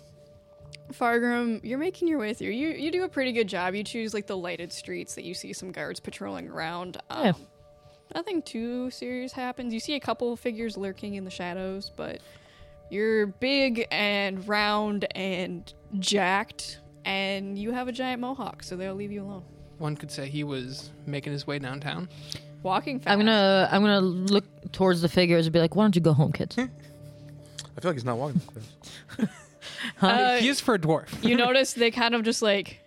S5: Fargrim, you're making your way through. You you do a pretty good job. You choose like the lighted streets that you see some guards patrolling around. Um,
S2: Yeah.
S5: Nothing too serious happens. You see a couple figures lurking in the shadows, but you're big and round and jacked, and you have a giant mohawk, so they'll leave you alone.
S4: One could say he was making his way downtown.
S5: Walking fast.
S2: I'm gonna I'm gonna look towards the figures and be like, why don't you go home, kids?
S3: I feel like he's not walking.
S5: Uh,
S4: he is for a dwarf.
S5: you notice they kind of just like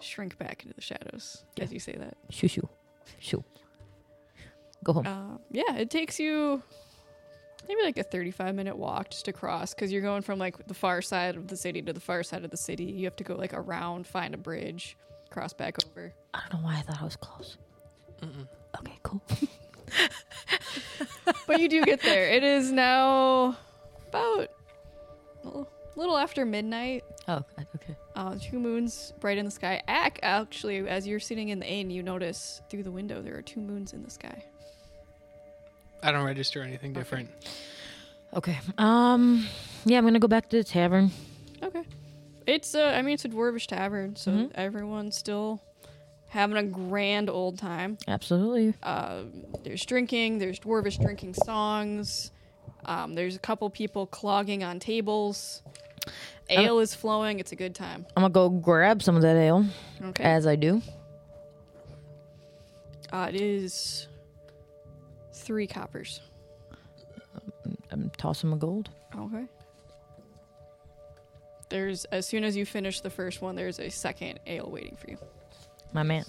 S5: shrink back into the shadows as you say that.
S2: shoo shoo, shoo. Go home.
S5: Um, yeah, it takes you maybe like a 35 minute walk just across because you're going from like the far side of the city to the far side of the city. You have to go like around, find a bridge, cross back over.
S2: I don't know why I thought I was close. Okay, cool.
S5: But you do get there. It is now about a little after midnight.
S2: Oh, okay.
S5: Uh, two moons bright in the sky. Ac- actually, as you're sitting in the inn, you notice through the window there are two moons in the sky.
S4: I don't register anything different.
S2: Okay. Um. Yeah, I'm gonna go back to the tavern.
S5: Okay. It's uh I mean it's a dwarvish tavern, so everyone's still having a grand old time.
S2: Absolutely.
S5: Um, there's drinking, there's dwarvish drinking songs. Um, there's a couple people clogging on tables. Ale is flowing. It's a good time.
S2: I'm gonna go grab some of that ale
S5: Okay.
S2: as I do.
S5: Uh, it is three coppers.
S2: I'm tossing my gold.
S5: Okay. There's as soon as you finish the first one, there's a second ale waiting for you.
S2: My man.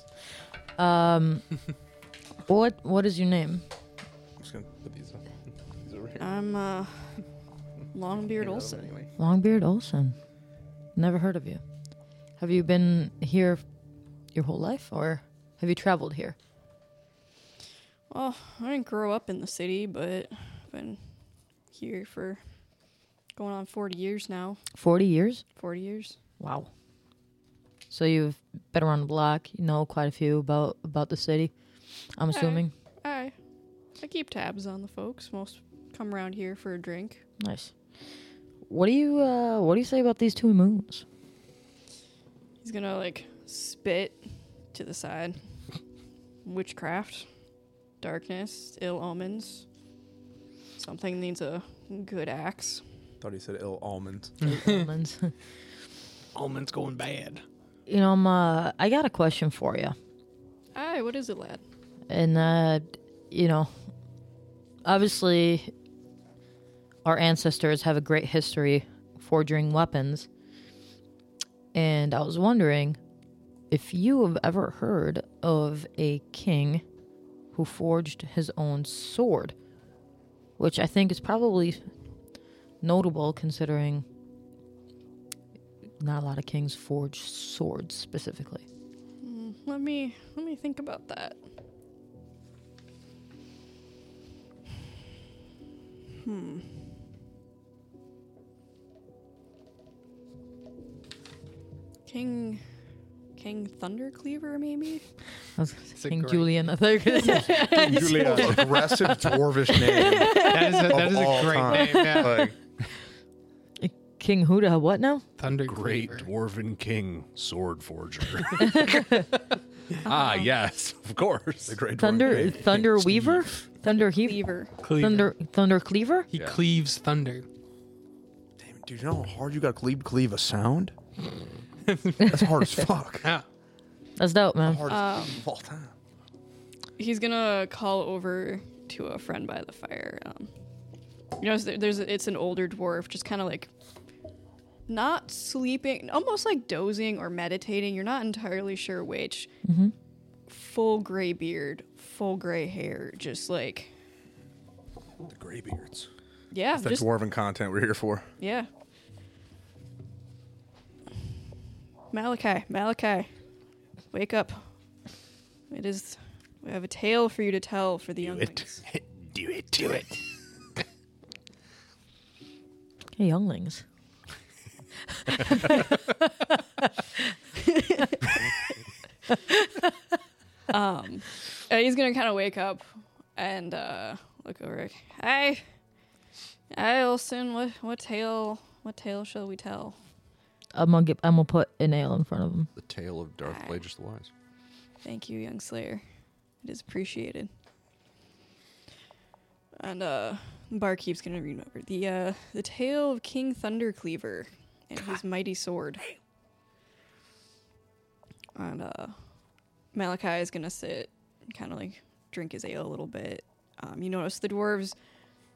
S2: [laughs] Um. what What is your name?
S3: I'm just gonna put these, these over here.
S5: I'm uh, Longbeard Olson.
S3: Anyway.
S2: Longbeard Olson. Never heard of you. Have you been here your whole life, or have you traveled here?
S5: Well, I didn't grow up in the city, but I've been here for going on 40 years now.
S2: 40 years?
S5: 40 years.
S2: Wow. So you've been around the block, you know quite a few about about the city. I'm
S5: Okay.
S2: assuming.
S5: I I keep tabs on the folks. Most come around here for a drink.
S2: Nice. What do you uh what do you say about these two moons?
S5: He's going to like spit to the side. Witchcraft, darkness, ill omens. Something needs a good axe.
S3: Thought he said ill
S4: [laughs]
S3: almonds.
S2: Omens.
S4: Omen's going bad.
S2: [laughs] you know, I'm, uh, I got a question for you.
S5: Aye, what is it, lad?
S2: And uh, you know, obviously, our ancestors have a great history forging weapons. And I was wondering if you have ever heard of a king who forged his own sword, which I think is probably notable considering not a lot of kings forge swords specifically.
S5: Let me let me think about that. Hmm. King King Thundercleaver maybe?
S2: I was gonna say
S4: It's a
S2: King
S4: great-
S2: Julian. I thought you were [laughs]
S4: [laughs]
S2: gonna say-
S3: Julia, aggressive dwarvish name.
S4: That is a, that
S3: Of
S4: is a
S3: all
S4: great
S3: time. [laughs]
S4: name. Yeah.
S3: Like,
S2: King Huda, what now?
S4: Thunder
S1: Great
S4: Cleaver.
S1: dwarven king, sword
S4: [laughs]
S1: forger. [laughs] ah, yes, of course.
S3: the great
S2: Thunder
S3: dwarven name.
S2: Thunder Weaver? Thunder Heaver?
S5: Cleaver.
S4: Cleaver.
S2: Thunder Thunder Cleaver?
S4: He
S1: Yeah.
S4: cleaves thunder.
S3: Damn, do you know how hard you got to cleave, cleave a sound? That's hard as
S4: [laughs]
S3: fuck.
S4: Yeah.
S2: That's dope, man.
S3: Hardest um, of all time.
S5: He's gonna call over to a friend by the fire. Um, you know, there- there's it's an older dwarf, just kind of like not sleeping, almost like dozing or meditating. You're not entirely sure which. Full gray beard, full gray hair, just like
S1: The graybeards.
S5: yeah,
S3: That's the
S5: just
S3: dwarven content we're here for.
S5: yeah. Malachi, Malachi, wake up! It is. We have a tale for you to tell for the younglings.
S1: [laughs] Do it. Do it.
S2: Hey younglings.
S5: Um, uh, he's gonna kind of wake up and uh, look over. at- Hi, hi, Olson. What what tale? What tale shall we tell?
S2: I'm gonna get, I'm gonna put a nail in front of him.
S1: The tale of Darth Plagueis the Wise.
S5: Thank you, young Slayer. It is appreciated. And uh, barkeep's gonna remember the uh, the tale of King Thundercleaver and his mighty sword. And uh, Malachi is gonna sit, kind of like drink his ale a little bit. Um, you notice the dwarves.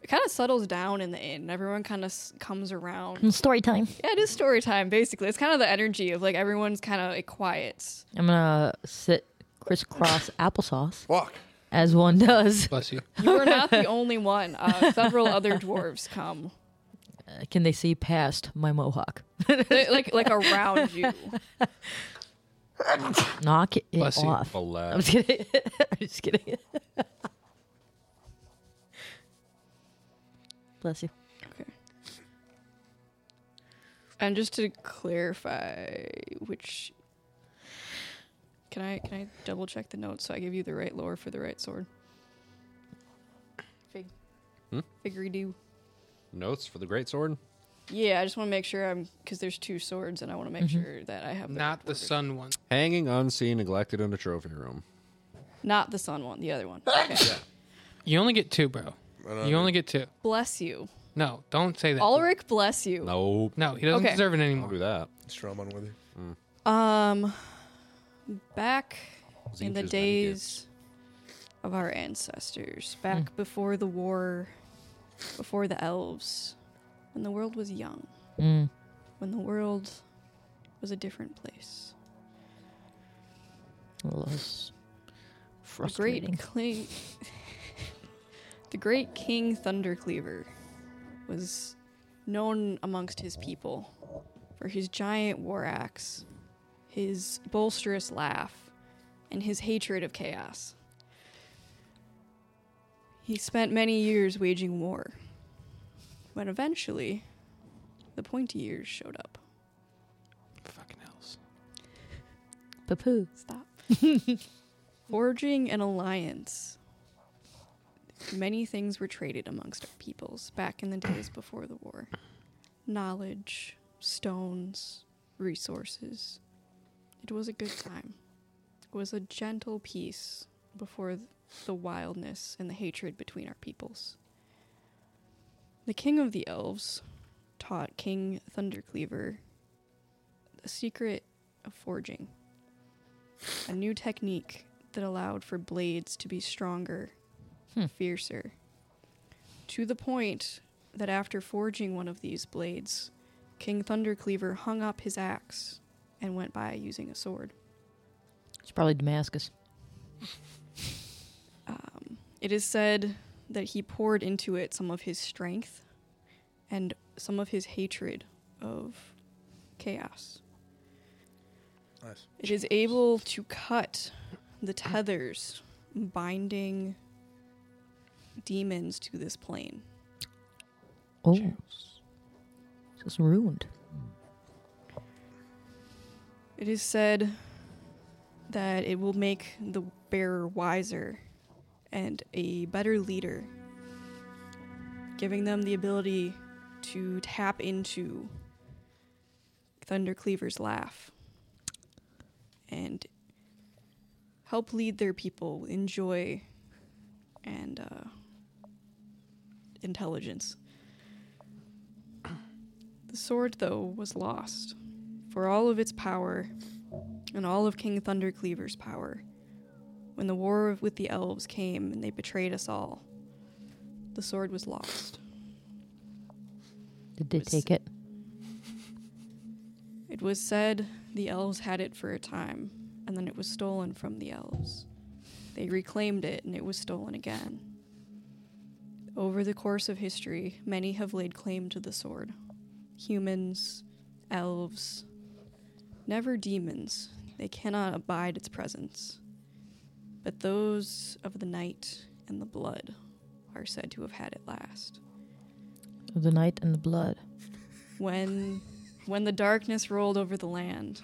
S5: It kind of settles down in the inn. Everyone kind of s- comes around.
S2: Story time.
S5: Yeah, it is story time. Basically, it's kind of the energy of like everyone's kind of like quiet.
S2: I'm gonna sit crisscross [laughs] applesauce
S3: Fuck.
S2: as one does.
S4: Bless you.
S5: You are not the only one. Uh, several other dwarves come,
S2: Uh, Can they see past my mohawk?
S5: They- like like around you.
S2: Knock it
S4: Bless you.
S2: off. [laughs] I'm
S1: Alas.
S2: just kidding. I'm just kidding. Bless you.
S5: And just to clarify, which can I can I double check the notes so I give you the right lore for the right sword? Fig,
S1: Hmm?
S5: figgery do.
S4: [laughs]
S1: Notes for the great sword.
S5: Yeah, I just want to make sure I'm because there's two swords, and I want to make sure that I have the
S4: Not
S5: right
S4: the
S5: order.
S4: sun one.
S1: Hanging unseen, neglected in the trophy room.
S5: not the sun one, the other
S4: [laughs]
S5: one. Okay.
S4: You only get two, bro. You only get two.
S5: bless you,
S4: No, don't say that.
S5: Ulrich. Bless you.
S1: Nope.
S4: No, he doesn't
S5: Okay.
S4: deserve it
S1: Don't do
S4: anymore.
S1: that.
S3: Strum on with you.
S5: Um, back
S1: Zinch
S5: in the
S1: is many
S5: days of our ancestors, back before the war, before the elves, when the world was young,
S2: Mm.
S5: when the world was a different place.
S2: Well, that's
S5: The
S2: frustrating.
S5: great, king, [laughs] the great King Thundercleaver was known amongst his people for his giant war axe, his bolsterous laugh, and his hatred of chaos. He spent many years waging war. When eventually, the pointy ears showed up.
S4: Fucking else.
S2: Papoo.
S5: Stop. Forging an alliance. Many things were traded amongst our peoples back in the days before the war knowledge, stones, resources. It was a good time. It was a gentle peace before th- the wildness and the hatred between our peoples. The king of the elves taught King Thundercleaver the secret of forging a new technique that allowed for blades to be stronger,
S2: Hmm.
S5: fiercer. To the point that after forging one of these blades, King Thundercleaver hung up his axe and went by using a sword.
S2: It's probably Damascus.
S5: Um, it is said that he poured into it some of his strength and some of his hatred of chaos.
S3: Nice.
S5: It is able to cut the tethers binding demons to this plane.
S2: Oh. So it's ruined.
S5: It is said that it will make the bearer wiser and a better leader, giving them the ability to tap into Thundercleaver's laugh and help lead their people in joy and uh, intelligence. The sword, though, was lost. For all of its power and all of King Thundercleaver's power, when the war with the elves came and they betrayed us all, the sword was lost.
S2: Did they
S5: It's-
S2: take it?
S5: It was said the elves had it for a time, and then it was stolen from the elves. They reclaimed it, and it was stolen again. Over the course of history, many have laid claim to the sword humans, elves, never demons. They cannot abide its presence. But those of the night and the blood are said to have had it last.
S2: The night and the blood.
S5: when when the darkness rolled over the land.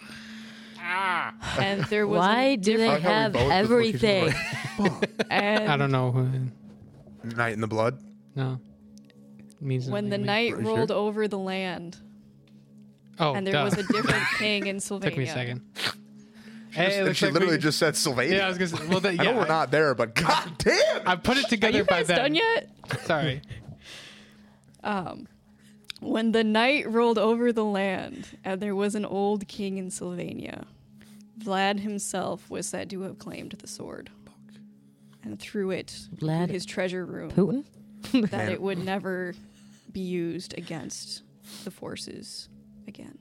S4: Ah.
S5: And there was
S2: Why do they
S3: I like how we
S2: have
S3: both just look at each
S2: everything?
S5: and
S4: I don't know. who-
S3: Night in the blood.
S4: No. Means
S5: when the
S4: nothing to me.
S5: night
S3: Pretty
S5: rolled
S3: sure.
S5: over the land,
S4: Oh,
S5: and there
S4: duh.
S5: was
S4: [laughs]
S5: a different king in Sylvania.
S4: Took me a second. Hey, it
S3: and
S4: looks
S3: she
S4: like we-
S3: literally just said Sylvania.
S4: Yeah, I was gonna say. Well, that, yeah,
S3: I know we're not there, but god [laughs] damn.
S4: I put it
S5: Are
S4: together
S5: you
S4: by
S5: guys
S4: then.
S5: done yet? [laughs]
S4: Sorry.
S5: Um, when the night rolled over the land, and there was an old king in Sylvania, Vlad himself was said to have claimed the sword, and through it,
S2: Vlad
S5: his treasure room.
S2: Putin?
S5: that
S3: Man.
S5: it would never be used against the forces again.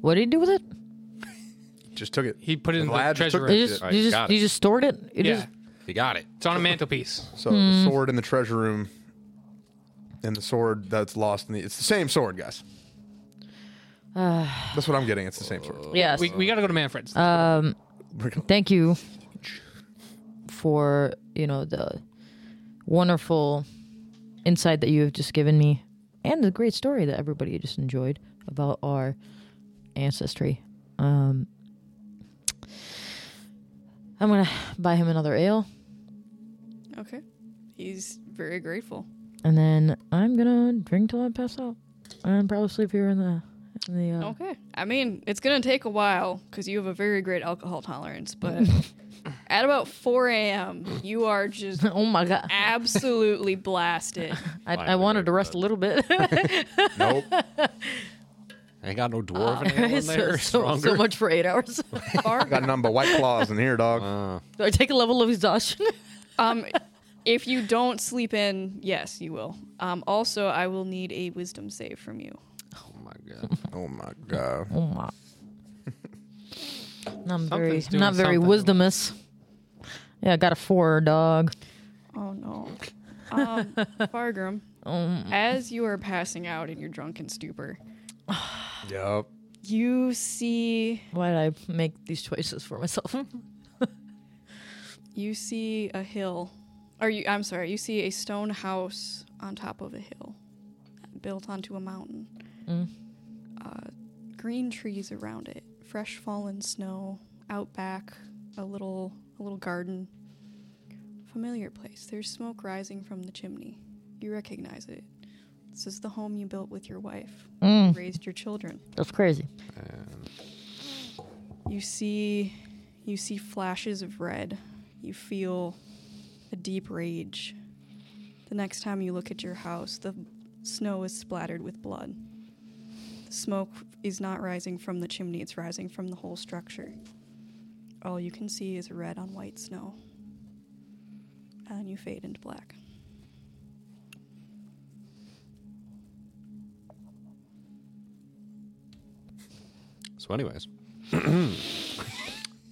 S2: What did he do with it?
S3: Just took it.
S4: He put it in
S3: Vlad
S4: the
S3: took
S4: treasure
S3: the-
S2: You
S1: Right,
S4: room.
S2: just,
S1: I
S2: you
S1: got
S2: just,
S1: it.
S2: you just stored it. You
S4: Yeah.
S2: just-
S1: You got it.
S4: It's on a mantelpiece.
S3: So the sword in the treasure room, and the sword that's lost in the. It's the same sword, guys. that's what I'm getting. It's the same sword.
S2: yes.
S4: We, we got to go to Manfred's.
S5: Uh,
S3: We're gonna-
S2: Thank you for you know the wonderful insight that you have just given me, and the great story that everybody just enjoyed about our ancestry. Um, I'm gonna buy him another ale.
S5: Okay. He's very grateful.
S2: And then I'm gonna drink till I pass out, and probably sleep here in the in the. Uh,
S5: Okay. I mean, it's going to take a while because you have a very great alcohol tolerance, but at about 4 a.m., you are just
S2: [laughs] Oh my god!
S5: absolutely blasted.
S2: I,
S1: Fine,
S2: I
S1: we
S2: wanted
S1: made
S2: to
S1: it,
S2: rest a
S1: but-
S2: little bit. [laughs]
S3: Nope.
S1: Ain't got no
S4: Uh.
S1: dwarven ale in
S2: so,
S1: there.
S2: so, so
S1: Stronger.
S2: much for eight hours. [laughs]
S3: Got nothing but white claws in here, dog.
S1: Uh,
S2: Do I take a level of exhaustion? [laughs]
S5: Um, if you don't sleep in, yes, you will. Um, also, I will need a wisdom save from you.
S1: oh my god.
S3: Oh my god.
S2: Oh my. Not very,
S4: Something's doing
S2: not very
S4: something.
S2: wisdomous. Yeah, I got a four, dog.
S5: Oh no. [laughs] Um, Fargrim, as you are passing out in your drunken stupor,
S3: Yep.
S5: you see
S2: Why did I make these choices for myself? [laughs]
S5: you see a hill. Or you I'm sorry, you see a stone house on top of a hill, built onto a mountain.
S2: Mm.
S5: Uh, green trees around it, fresh fallen snow, out back, a little a little garden. Familiar place. There's smoke rising from the chimney. You recognize it. This is the home you built with your wife,
S2: Mm,
S5: raised your children.
S2: that's crazy.
S1: And
S5: You see you see flashes of red. You feel a deep rage. The next time you look at your house, the snow is splattered with blood. The smoke is not rising from the chimney, it's rising from the whole structure. All you can see is red on white snow. And you fade into black.
S1: so, [laughs] anyways,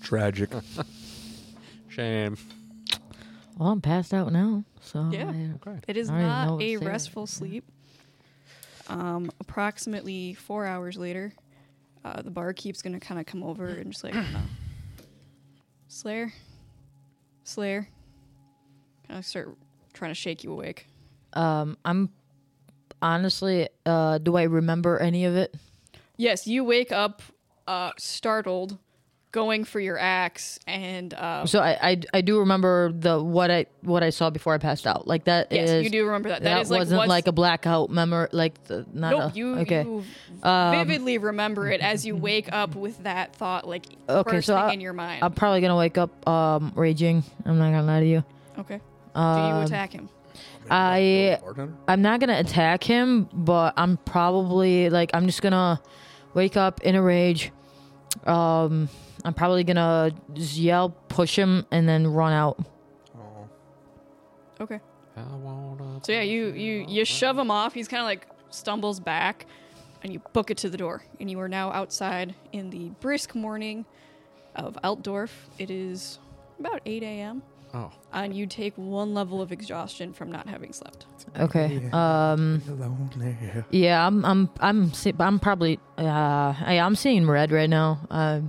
S3: Tragic.
S1: [laughs] shame.
S2: Well, I'm passed out now, so
S5: Yeah.
S2: I-
S1: Okay.
S5: It is
S2: I already know
S5: not
S2: what
S5: a
S2: to say.
S5: restful sleep. Um, approximately four hours later, uh, the barkeep's gonna kind of come over and just like, uh, Slayer, Slayer, kind of start trying to shake you awake.
S2: um, I'm honestly, uh, do I remember any of it?
S5: Yes, you wake up uh, startled, going for your axe, and uh,
S2: So I, I, I do remember the what I what I saw before I passed out. Like that
S5: yes,
S2: is-
S5: you do remember that.
S2: That,
S5: that is like
S2: wasn't
S5: what's-
S2: like a blackout memory. Like the, not
S5: Nope,
S2: a-
S5: you,
S2: okay.
S5: you
S2: Um,
S5: vividly remember it as you wake up with that thought like
S2: Okay,
S5: bursting
S2: so I-
S5: in your mind.
S2: I'm probably gonna wake up um raging. I'm not gonna lie to you.
S5: okay, do you
S2: Um,
S5: attack him?
S2: I
S3: Bartender?
S2: I'm not gonna attack him, but I'm probably like I'm just gonna wake up in a rage. Um, I'm probably gonna just yell, push him, and then run out.
S5: Okay.
S1: I wanna
S5: So yeah, you you you shove him off. He's kind of like stumbles back, and you book it to the door. And you are now outside in the brisk morning of Altdorf. It is about 8 a.m.
S1: Oh,
S5: and you take one level of exhaustion from not having slept.
S2: Okay. Um.
S3: Lonely.
S2: Yeah. I'm. I'm. I'm. se- I'm probably. Uh. I, I'm seeing red right now. Uh.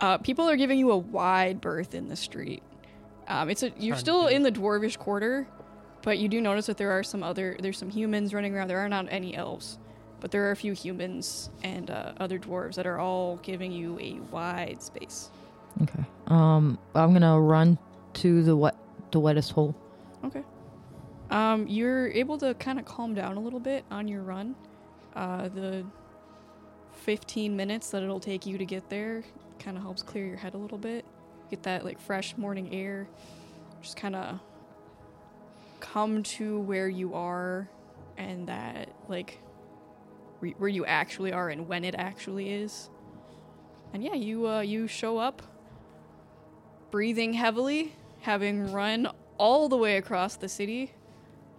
S5: Uh, people are giving you a wide berth in the street. Um, it's a you're still in the dwarvish quarter, but you do notice that there are some other there's some humans running around. There are not any elves, but there are a few humans and uh, other dwarves that are all giving you a wide space.
S2: Okay. Um. I'm gonna run to the wet, the wettest hole.
S5: Okay. Um, you're able to kind of calm down a little bit on your run. Uh, the 15 minutes that it'll take you to get there kind of helps clear your head a little bit. Get that like fresh morning air. Just kind of come to where you are and that like re- where you actually are and when it actually is. And yeah, you uh, you show up breathing heavily, having run all the way across the city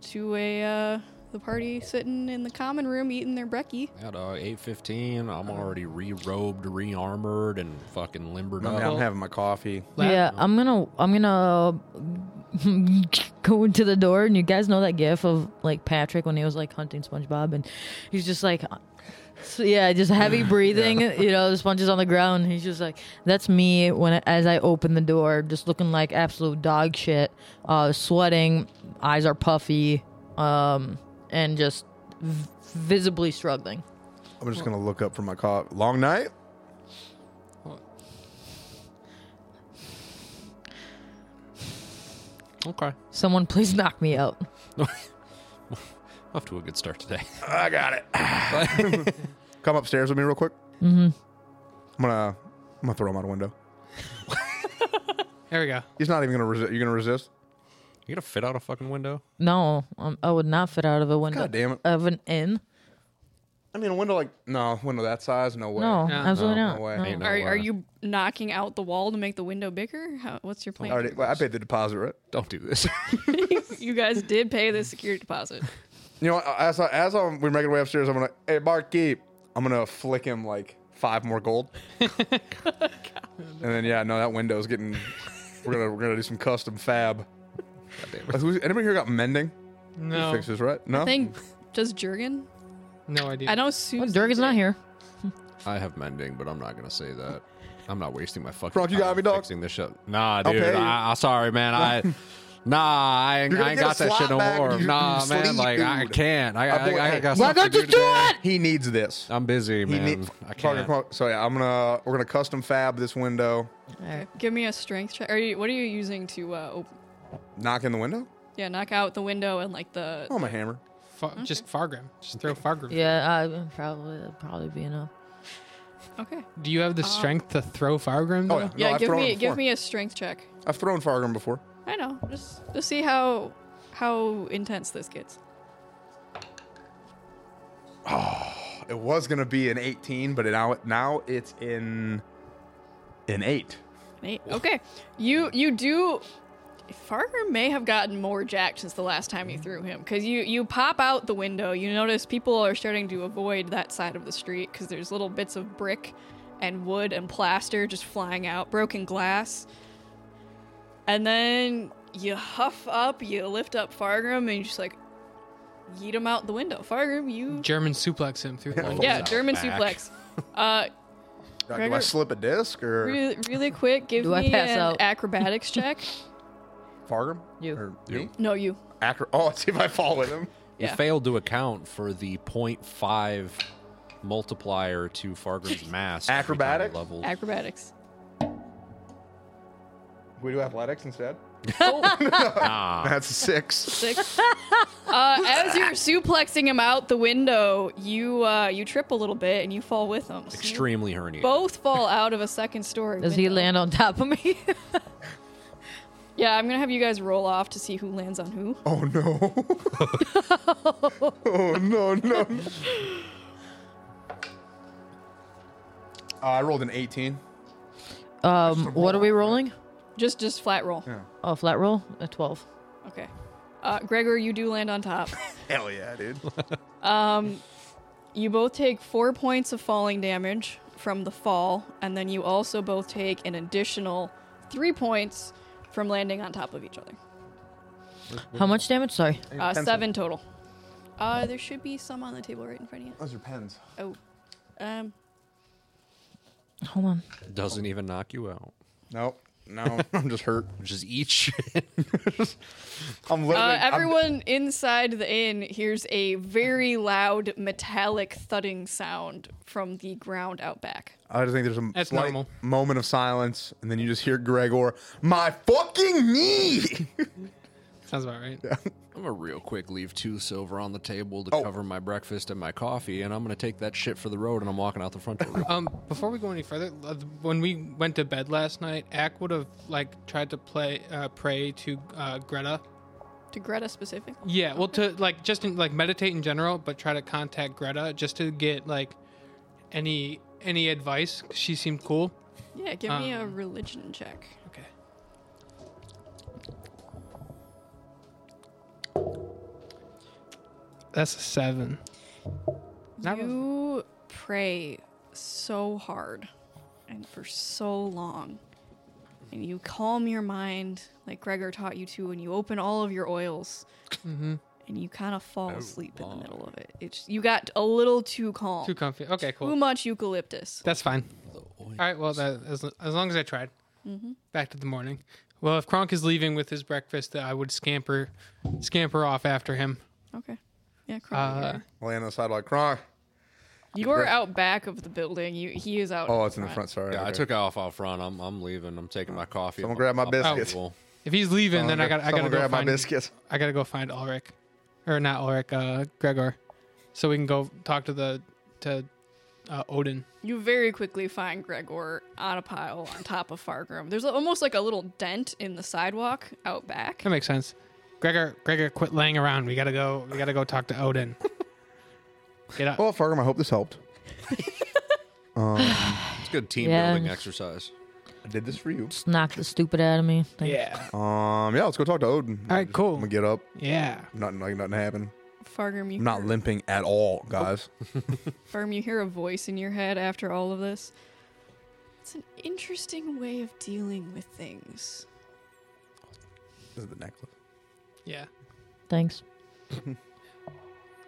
S5: to a uh, the party sitting in the common room eating their brekkie.
S1: at uh, eight fifteen, I'm already re-robed, re-armored, and fucking limbered
S3: I'm,
S1: up.
S3: I'm having my coffee.
S4: Lap-
S2: yeah. I'm gonna. I'm gonna [laughs] go into the door, and you guys know that gif of like Patrick when he was like hunting SpongeBob, and he's just like. so, yeah, just
S3: [laughs]
S2: heavy breathing. You know, the sponge is on the ground. He's just like, "That's me." When as I open the door, just looking like absolute dog shit, uh, sweating, eyes are puffy, um, and just v- visibly struggling.
S3: I'm just gonna look up for my coffee. Long night.
S1: Okay,
S2: Someone, please knock me out.
S1: off to a good start today.
S3: I got it. [laughs] Come upstairs with me real quick.
S2: Mm-hmm.
S3: I'm gonna I'm gonna throw him out a window.
S4: There we go.
S3: He's not even gonna resist. You're gonna resist?
S1: You gonna fit out a fucking window?
S2: No, um, I would not fit out of a window
S3: God damn it!
S2: of an inn.
S3: I mean, a window like no window that size, no way.
S2: No,
S4: Yeah.
S2: absolutely
S3: No,
S2: not.
S3: no way.
S2: No.
S1: Ain't no
S5: Uh, are,
S1: way.
S5: are you knocking out the wall to make the window bigger? How, what's your
S3: I
S5: plan?
S3: already. well, I paid the deposit, right?
S1: Don't do this.
S5: [laughs] you guys did pay the security
S3: [laughs]
S5: deposit.
S3: You know, what? as I, as I'm, we make our way upstairs, I'm gonna hey barkeep. I'm gonna flick him like five
S1: [laughs]
S3: more gold. and then yeah, no, that window's getting. We're gonna we're gonna do some custom fab. Like, who's- anybody here got mending?
S4: No,
S3: Fixes right? No.
S5: I think does Jurgen?
S4: no idea.
S5: I know Susan.
S2: Well, Durgan's not here.
S1: I have mending, but I'm not gonna say that. I'm not wasting my fucking.
S3: Bronk, you
S1: time
S3: got me, dog?
S1: Fixing this shit. Nah,
S3: I'll
S1: dude.
S3: pay you. [laughs]
S1: I, I, sorry, man. I Nah, I, ain't-
S3: You're gonna
S1: I ain't
S3: get a
S1: got that
S3: slot
S1: shit no
S3: back,
S1: more.
S3: dude.
S1: Nah,
S3: You
S1: man,
S3: sleep,
S1: like I
S3: dude.
S1: can't. I,
S3: boy,
S1: I, I,
S3: hey.
S1: got
S2: Why
S1: stuff to
S2: don't you
S1: do
S2: do
S1: today.
S2: it?
S3: He needs this.
S1: I'm busy,
S3: He
S1: man.
S3: need-
S1: I
S3: Parker,
S1: can't.
S3: come on. So yeah, I'm gonna we're gonna custom fab this window.
S2: All right.
S5: Give me a strength check. Are you, what are you using to uh, open?
S3: Knock in the window.
S5: Yeah, knock out the window and like the.
S3: Oh, my hammer.
S4: Fa- Just Fargram. Just throw Fargram.
S2: Yeah, I probably that'd probably be enough.
S5: Okay.
S4: Do you
S5: Uh,
S4: have the strength to throw Fargram?
S3: Oh
S4: though?
S3: yeah.
S5: Yeah,
S3: no, Oh. I've
S5: give
S3: thrown
S5: me
S3: it
S5: give
S3: before.
S5: me a strength check.
S3: I've thrown Fargrim before.
S5: I know. Just to see how how intense this gets.
S3: It was gonna be an 18, but it now now it's in an eight.
S5: Eight. Okay. You you do. Farger may have gotten more jacked since the last time
S1: Mm-hmm.
S5: you threw him because you you pop out the window. You notice people are starting to avoid that side of the street because there's little bits of brick and wood and plaster just flying out, broken glass. And then you huff up, you lift up Fargrim, and you just like yeet him out the window. Fargrim, you
S4: German suplex him through the window.
S5: yeah,
S1: out
S5: German
S1: back. [laughs]
S5: suplex. Uh,
S3: Do I- do I
S5: Gregor-
S3: slip a disc or
S5: really, really quick, give
S2: Do I
S5: me
S2: pass
S5: an
S2: out? [laughs]
S5: acrobatics check.
S3: Fargrim?
S2: You.
S3: Or
S1: You.
S3: me?
S5: No, you.
S3: Acro- oh, [laughs] let's see if I fall with him.
S1: You
S5: Yeah.
S1: failed to account for the 0.5 multiplier to
S5: [laughs]
S1: Fargrim's mass. every time he
S3: Acrobatics?
S1: Leveled.
S5: Acrobatics.
S3: We do athletics instead.
S1: Nah.
S3: That's a six.
S5: Six. uh, as you're suplexing him out the window, you uh, you trip a little bit and you fall with him. So you
S1: Extremely hernia.
S5: Both fall out of a second story.
S2: Does he
S5: window.
S2: land on top of me?
S5: Yeah, I'm gonna have you guys roll off to see who lands on who.
S3: Oh no. [laughs] oh no, no. no. Uh, I rolled an 18.
S2: [laughs] um, what are we rolling?
S5: Just just flat roll.
S2: Oh, flat roll a twelve.
S5: Okay. Uh, Gregor, you do land on top.
S3: Hell yeah, dude.
S5: You both take four points of falling damage from the fall, and then you also both take an additional three points from landing on top of each other.
S2: How much damage? Sorry.
S5: Uh,
S3: Pencil.
S5: seven total. Uh, there should be some on the table right in front of you.
S3: Those are pens.
S5: Oh, um,
S2: Hold on.
S1: Doesn't even knock you out.
S3: Nope. No, I'm just hurt.
S1: Which is each.
S3: I'm literally.
S5: Uh,
S3: I'm-
S5: everyone inside the inn hears a very loud metallic thudding sound from the ground out back.
S3: I just think there's a
S4: That's
S3: slight
S4: normal.
S3: moment of silence, and then you just hear Gregor, my fucking
S4: [laughs]
S3: knee.
S4: Sounds about right.
S1: I'm gonna real quick leave two silver on the table to
S3: Oh.
S1: cover my breakfast and my coffee, and I'm gonna take that shit for the road, and I'm walking out the front door.
S3: [laughs]
S1: real quick.
S4: Um, before we go any further, uh, when we went to bed last night, Ack would have like tried to play uh, pray to uh, Greta.
S5: To Greta specific.
S4: Yeah, well, to like just in, like meditate in general, but try to contact Greta just to get like any any advice. 'cause She seemed cool.
S5: Yeah, give me a religion check.
S4: Okay. That's a seven. Not really.
S5: You pray so hard and for so long. And you calm your mind like Gregor taught you to, and you open all of your oils. And you kind of fall asleep in the middle of it. It's you got a little too calm.
S4: Too comfy. Okay,
S5: Too
S4: cool.
S5: much eucalyptus.
S4: That's fine. All right. Well, that, as, as long as I tried. Back to the morning. Well, if Kronk is leaving with his breakfast, I would scamper, scamper off after him.
S5: Okay. Yeah, Crawford,
S4: Uh,
S5: yeah.
S3: Laying on the side like, Kronk.
S5: You're out back of the building. You he is out.
S3: Oh, it's in the front. Sorry.
S1: Yeah, I
S3: Okay.
S1: took off out front. I'm, I'm leaving. I'm taking my coffee.
S3: Someone grab my
S1: I'm
S3: biscuits.
S1: comfortable.
S4: if he's leaving,
S3: Someone
S4: then I
S3: gra-
S4: got I gotta
S3: someone
S4: go
S3: grab
S4: find
S3: my biscuits.
S4: I gotta go find Ulrich, or not Ulrich, uh, Gregor, so we can go talk to the to uh, Odin.
S5: You very quickly find Gregor on a pile on top of Fargrim. There's almost like a little dent in the sidewalk out back.
S4: That makes sense. Gregor, Gregor, quit laying around. We gotta go. We gotta go talk to Odin. Get up.
S2: Oh,
S3: Well, Oh, Fargrim, I hope this helped.
S1: It's good team
S2: Yeah.
S1: building exercise.
S3: I did this for you.
S2: Just knock the stupid out of me. Thank-
S4: yeah.
S3: Um, yeah, let's go talk to Odin.
S4: All right.
S3: I'm
S4: Cool.
S3: gonna get up.
S4: Yeah.
S3: Nothing like nothing happened.
S5: Fargrim, you
S3: I'm not
S5: hear,
S3: limping at all, guys.
S4: Oh.
S5: Fargrim, you hear a voice in your head after all of this. It's an interesting way of dealing with things.
S3: this is the necklace. [laughs]
S4: Yeah.
S2: Thanks.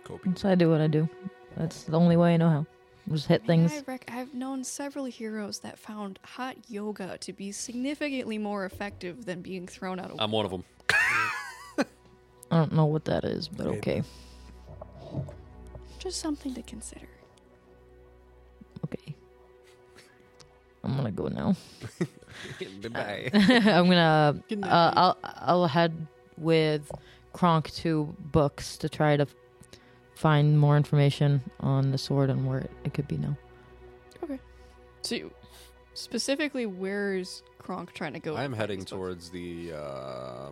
S1: Kobe.
S2: That's why I do what I do. That's the only way I know how. Just hit
S5: And
S2: things.
S5: I rec- I've known several heroes that found
S3: Oh.
S5: hot yoga to be significantly more effective than being thrown out of
S1: I'm one of them.
S2: I don't know what that is, but okay.
S5: Just something to consider.
S2: Okay. I'm gonna go now. Uh, [laughs]
S1: [laughs] Bye.
S2: I'm gonna. Uh, I'll I'll head with Kronk to books to try to find more information on the sword and where it, it could be now.
S5: So, you- specifically, where is Kronk trying to go?
S1: I'm heading
S5: This book?
S1: towards the uh,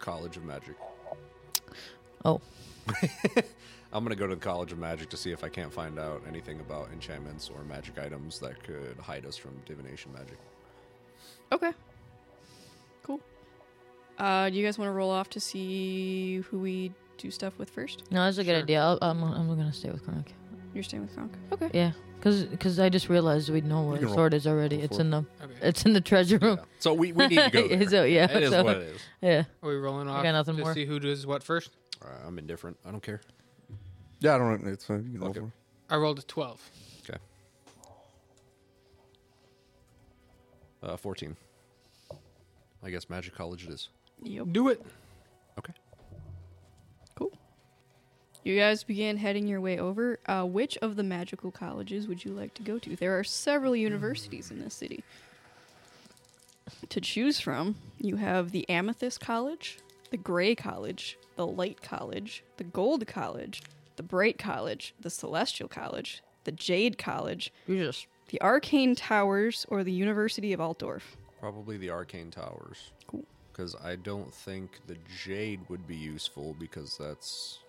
S1: College of Magic.
S2: Oh.
S1: [laughs] I'm going to go to the College of Magic to see if I can't find out anything about enchantments or magic items that could hide us from divination magic.
S5: Okay. Cool. Uh, do you guys want to roll off to see who we do stuff with first?
S2: No, that's a good idea. I'll, I'm I'm gonna stay with Kronk.
S5: You're staying with Kronk. Okay.
S2: Yeah, cause 'cause I just realized we know where
S3: can
S2: the
S3: roll.
S2: sword is already. It's
S1: for
S2: in the
S4: Okay.
S2: it's in the treasure room.
S1: So we, we need to
S2: [laughs]
S1: go there.
S2: so yeah,
S1: It is
S2: so-
S1: what it is.
S2: yeah.
S4: Are we rolling off
S2: got nothing
S4: to
S2: more.
S4: see who does what first?
S1: Uh, I'm indifferent. I don't care.
S3: Yeah, I don't. It's fine. You can roll
S1: Okay.
S3: for it.
S4: I rolled a 12.
S1: Okay. Uh, 14. I guess Magic College it is.
S5: Yep.
S4: Do it.
S1: Okay.
S5: Cool. You guys begin heading your way over. Uh, which of the magical colleges would you like to go to? There are several universities in this city. To choose from, you have the Amethyst College, the Gray College, the Light College, the Gold College, the Bright College, the Celestial College, the Jade College,
S2: You just
S5: the Arcane Towers, or the University of Altdorf.
S1: Probably the Arcane Towers.
S5: Cool.
S1: Because I don't think the Jade would be useful because that's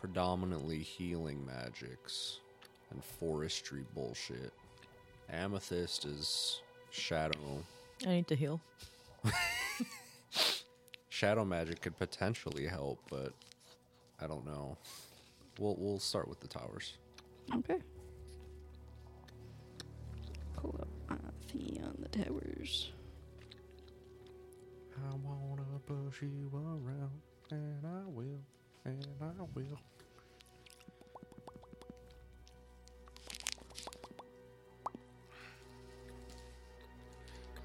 S1: predominantly healing magics and forestry bullshit. Amethyst is shadow.
S2: I need to heal.
S1: Shadow magic could potentially help, but I don't know. We'll we'll start with the towers.
S5: Okay. Pull up uh, thingy on the towers.
S1: I wanna push you around, and I will, and I will.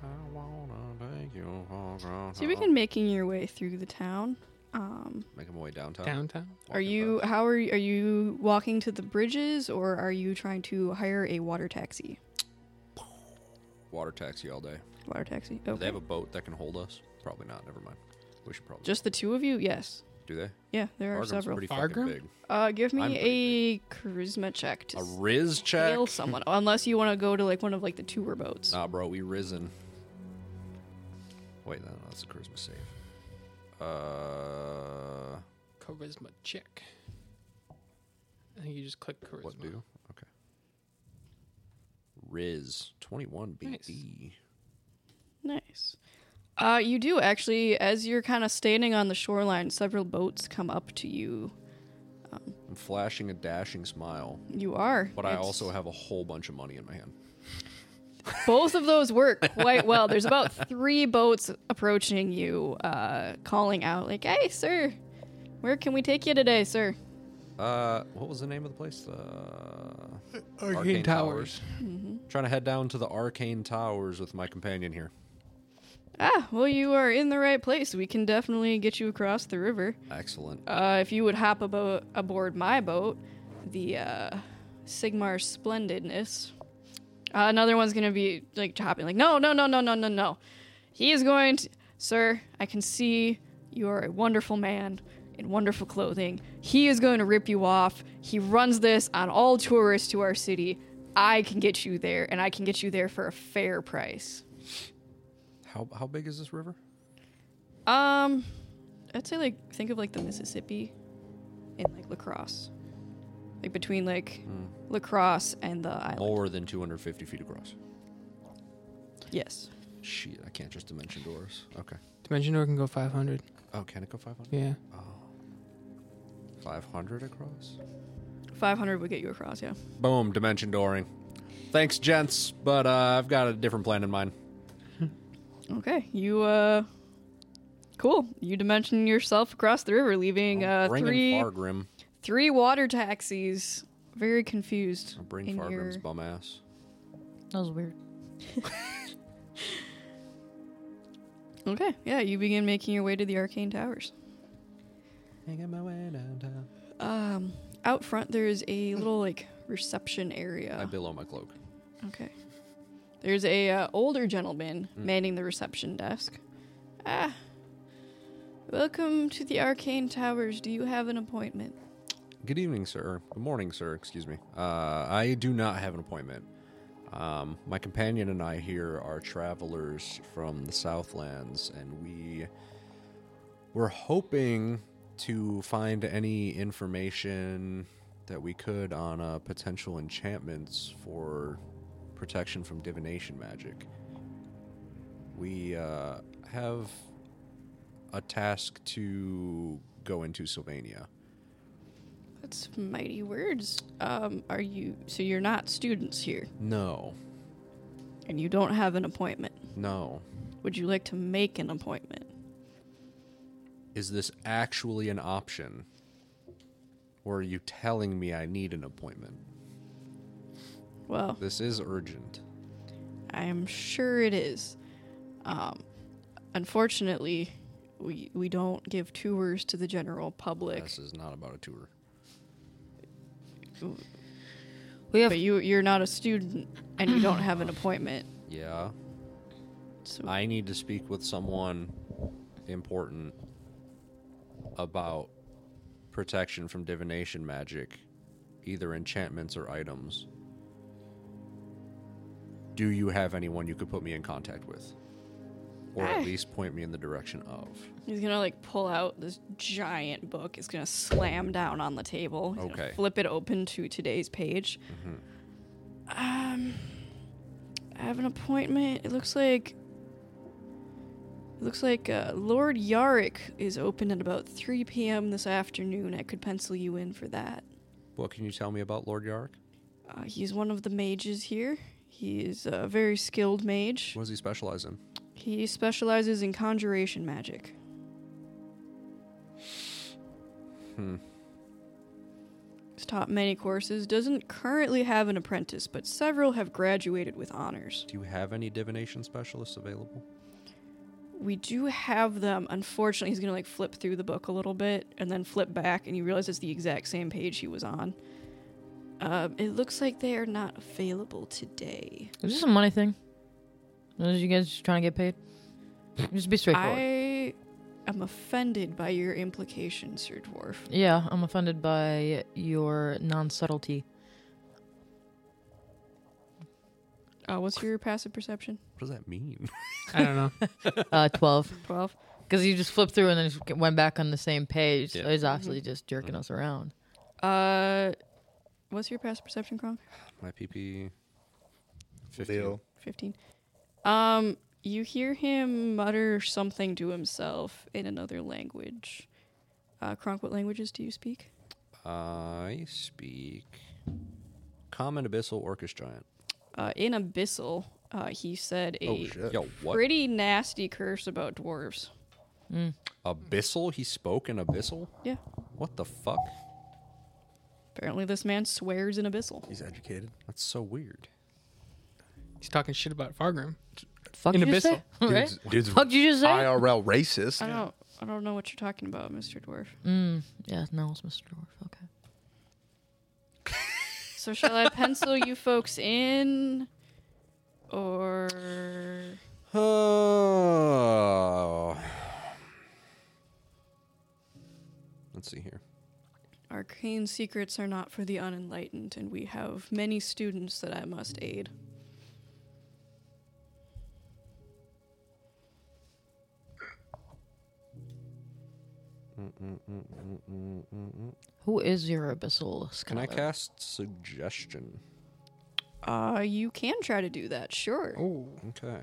S1: I wanna take you around.
S5: So you begin making your way through the town. Um,
S1: Make my way downtown.
S4: Downtown?
S5: are
S1: Walking
S5: you
S1: fast.
S5: how are you, are you walking to the bridges or are you trying to hire a water taxi?
S1: water taxi all day?
S5: Water taxi.
S1: Do they
S5: Okay.
S1: have a boat that can hold us? Probably not. Never mind. We should probably
S5: Just the two of you? Yes.
S1: do they?
S5: Yeah, there are
S1: Argham's
S5: several.
S1: pretty
S4: Argham?
S1: fucking big.
S5: uh, give
S1: I'm
S5: me a
S1: pretty
S5: charisma check to
S1: A riz check.
S5: kill someone, unless you want to go to like one of like the tour boats.
S1: Nah, bro, we risen. Wait, no, no, that's a charisma save. Uh,
S4: Charisma check. I think you just click charisma.
S1: what do? Okay. Riz twenty-one BB.
S4: Nice.
S5: Nice. Uh, you do actually, as you're kind of standing on the shoreline, several boats come up to you.
S1: I'm flashing a dashing smile,
S5: You are.
S1: but I
S5: It's-
S1: also have a whole bunch of money in my hand.
S5: both of those work quite well. There's about three boats approaching you, uh, calling out like, "Hey, sir, where can we take you today, sir?"
S1: Uh, what was the name of the place? Uh,
S4: Arcane,
S1: Towers. trying to head down to the Arcane Towers with my companion here.
S5: Ah, well, you are in the right place. We can definitely get you across the river.
S1: Excellent.
S5: Uh, if you would hop abo- aboard my boat, the uh, Sigmar Splendidness. Uh, another one's gonna be like chopping, like, no, no, no, no, no, no, no. He is going to, sir. I can see you are a wonderful man in wonderful clothing. He is going to rip you off. He runs this on all tourists to our city. I can get you there, and I can get you there for a fair price.
S1: how how big is this river?
S5: Um, I'd say like think of like the Mississippi, and like lacrosse, like between like lacrosse and the island.
S1: Mm. More than 250 feet across.
S5: Yes.
S1: Shit, I can't just dimension doors. Okay.
S4: Dimension Door can go 500.
S1: Oh, can it go 500?
S4: Yeah.
S1: 500 Oh. across?
S5: 500 would get you across, yeah.
S1: Boom, dimension dooring. Thanks, gents, but uh, I've got a different plan in mind.
S5: Okay. You, uh, cool. You dimension yourself across the river, leaving uh,
S1: Bring
S5: three,
S1: in Fargrim.
S5: three water taxis. Very confused.
S1: I'll bring
S5: in
S1: Fargrim's
S5: your-
S1: bum ass.
S2: That was weird.
S5: Okay. Yeah. You begin making your way to the Arcane Towers.
S1: Making my way downtown.
S5: Um, out front there's a little like reception
S1: I
S5: area.
S1: billow my cloak.
S5: Okay. There's a uh, older gentleman manning the reception desk. Ah. Welcome to the Arcane Towers. Do you have an appointment?
S1: Good evening, sir. or Good morning, sir. Excuse me. Uh, I do not have an appointment. Um, my companion and I here are travelers from the Southlands, and we were hoping to find any information that we could on uh, potential enchantments for protection from divination magic. We uh, have a task to go into Sylvania.
S5: That's mighty words. Um, are you so you're not students here
S1: No,
S5: and you don't have an appointment.
S1: no.
S5: Would you like to make an appointment?
S1: is this actually an option? Or are you telling me I need an appointment?
S5: Well,
S1: This is urgent.
S5: I am sure it is. Um, unfortunately, we we don't give tours to the general public.
S1: This is not about a tour.
S2: We have
S5: But you you're not a student and you don't have an appointment.
S1: Yeah.
S5: So
S1: I need to speak with someone important about protection from divination magic, either enchantments or items. Do you have anyone you could put me in contact with? Or
S5: Ah.
S1: at least point me in the direction of?
S5: he's gonna like pull out this giant book. It's gonna slam down on the table. He's gonna
S1: Okay.
S5: flip it open to today's page.
S1: Mm-hmm.
S5: Um, I have an appointment. It looks like. It looks like uh, Lord Yarick is open at about 3 p.m. this afternoon. I could pencil you in for that.
S1: What can you tell me about Lord Yark?
S5: Uh, he's one of the mages here. He is a very skilled mage.
S1: What does he specialize in?
S5: He specializes in conjuration magic.
S1: Hmm.
S5: He's taught many courses, doesn't currently have an apprentice, but several have graduated with honors.
S1: Do you have any divination specialists available?
S5: We do have them. Unfortunately, he's going to like flip through the book a little bit and then flip back, and you realize it's the exact same page he was on. Um, it looks like they are not available today.
S2: Is this a money thing? Is you guys just trying to get paid? Just be straightforward.
S5: I am offended by your implication, Sir Dwarf.
S2: Yeah, I'm offended by your non subtlety.
S5: Uh, what's your passive perception?
S1: What does that mean? [laughs]
S4: I don't know.
S2: Uh, 12.
S5: 12.
S2: Because you just flipped through and then just went back on the same page.
S1: Yeah.
S2: So he's actually just jerking us around.
S5: Uh, what's your passive perception, Kronk?
S1: My PP. 15.
S3: Deal. Oh,
S5: 15. Um, you hear him mutter something to himself in another language. Uh, Kronk, what languages do you speak?
S1: I speak common abyssal orcish giant.
S5: Uh, in Abyssal, uh, he said
S1: Oh
S5: a
S3: Uh,
S1: shit! Yo, what?
S5: pretty nasty curse about dwarves.
S1: Abyssal? He spoke in abyssal?
S5: Yeah.
S1: What the fuck?
S5: Apparently, this man swears in Abyssal.
S3: He's educated.
S1: That's so weird.
S4: He's talking shit about Fargrim.
S2: Fuck
S4: In
S2: you just say? [laughs] Right?
S3: Dude's, dude's
S2: Fuck you just say? Uh,
S3: IRL
S5: I
S3: racist.
S5: don't. I don't know what you're talking about, Mr. Dwarf.
S2: mm, yeah, no, it's Mr. Dwarf. Okay.
S5: So shall I pencil you folks in, or
S1: Oh. Let's see here.
S5: arcane secrets are not for the unenlightened, and we have many students that I must aid.
S2: Who is your abyssal
S1: Can
S2: scholar?
S1: I cast suggestion?
S5: Uh, you can try to do that, sure.
S4: Oh,
S1: Okay.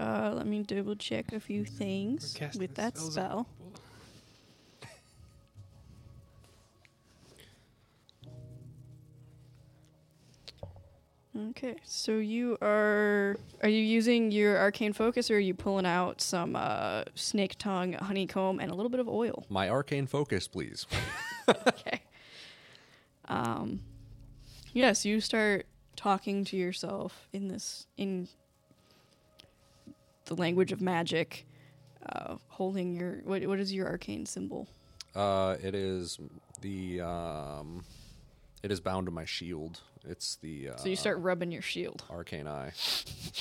S5: Uh, let me double check a few things
S4: Mm, We're casting
S5: with that
S4: spells at-
S5: spell. Okay, so you are are you using your arcane focus, or are you pulling out some uh, snake tongue, honeycomb, and a little bit of oil?
S1: My arcane focus, please.
S5: Okay. Um, yes, you start talking to yourself in this in the language of magic, uh, holding your what what is your arcane symbol?
S1: Uh, it is the um, it is bound to my shield. It's the uh,
S5: So you start rubbing your shield.
S1: arcane eye.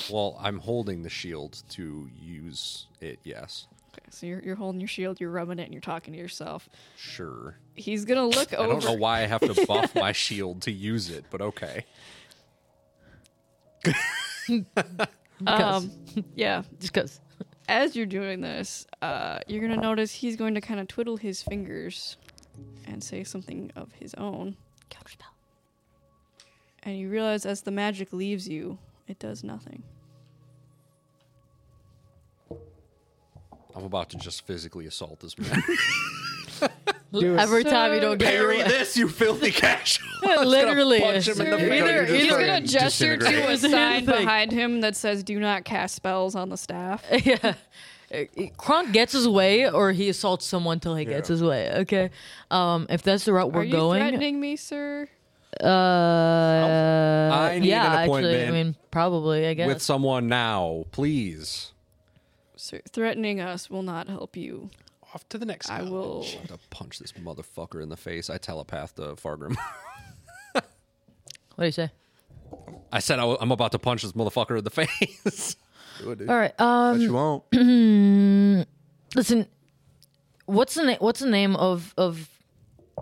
S1: Well, I'm holding the shield to use it. Yes,
S5: Okay, so you're, you're holding your shield, you're rubbing it, and you're talking to yourself.
S1: sure. [laughs]
S5: He's gonna look
S1: I don't know
S5: over.
S1: why I have to [laughs] buff my shield to use it, but okay.
S5: Um, [laughs] yeah.
S2: Just because.
S5: As you're doing this, uh, you're gonna notice he's going to kind of twiddle his fingers and say something of his own.
S2: Counterspell.
S5: And you realize as the magic leaves you, it does nothing.
S1: I'm about to just physically assault this [laughs] man.
S4: Do it.
S2: Every time you
S5: Sir.
S2: don't get your
S1: Carry this, you filthy [laughs] cash.
S2: literally.
S1: punch him in the
S5: Sir,
S1: face. You
S5: either-
S1: just
S5: he's
S1: fucking
S5: gonna gesture to a
S1: disintegrate.
S5: sign
S2: Thing.
S5: behind him that says "Do not cast spells on the staff."
S2: yeah. Uh, Kronk gets his way, or he assaults someone till he gets his way. Okay, um, if that's the route we're
S5: Are you
S2: going,
S5: threatening me, sir?
S2: uh,
S1: I
S2: I
S1: need an
S2: Uh, yeah, actually, I
S1: appointment
S2: mean, probably, I guess.
S1: with someone now, please.
S5: sir? Threatening us will not help you.
S4: Off to the next.
S5: I
S4: guy.
S5: will.
S1: I'm gonna punch this motherfucker in the face. I telepathed to Fargrim. [laughs]
S2: what do you say?
S1: I said I w- I'm about to punch this motherfucker in the [laughs] face.
S2: All right, um,
S3: But you won't.
S2: listen, what's the na- what's the name of of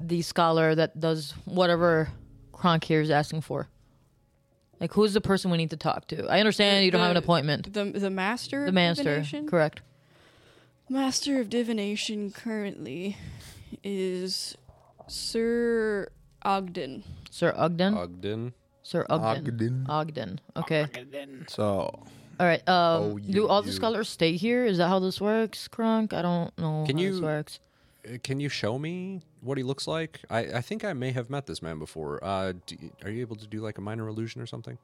S2: the scholar that does whatever Kronk here is asking for? Like, who's the person we need to talk to? I understand you don't have an
S5: The-
S2: appointment.
S5: The the master.
S2: The
S5: of
S2: master,
S5: divination?
S2: correct?
S5: Master of divination currently is Sir Ogden.
S2: Sir Ogden,
S1: Ogden.
S2: Sir Ogden,
S3: Ogden.
S2: Ogden. Okay.
S3: So
S2: All right. Um,
S3: Oh,
S2: do
S3: you-
S2: all the
S3: you.
S2: scholars stay here? Is that how this works, Kronk? I don't know
S1: Can
S2: how
S1: you-
S2: this works.
S1: Uh, Can you show me what he looks like? I, I think I may have met this man before. Uh, do, are you able to do like a minor illusion or something?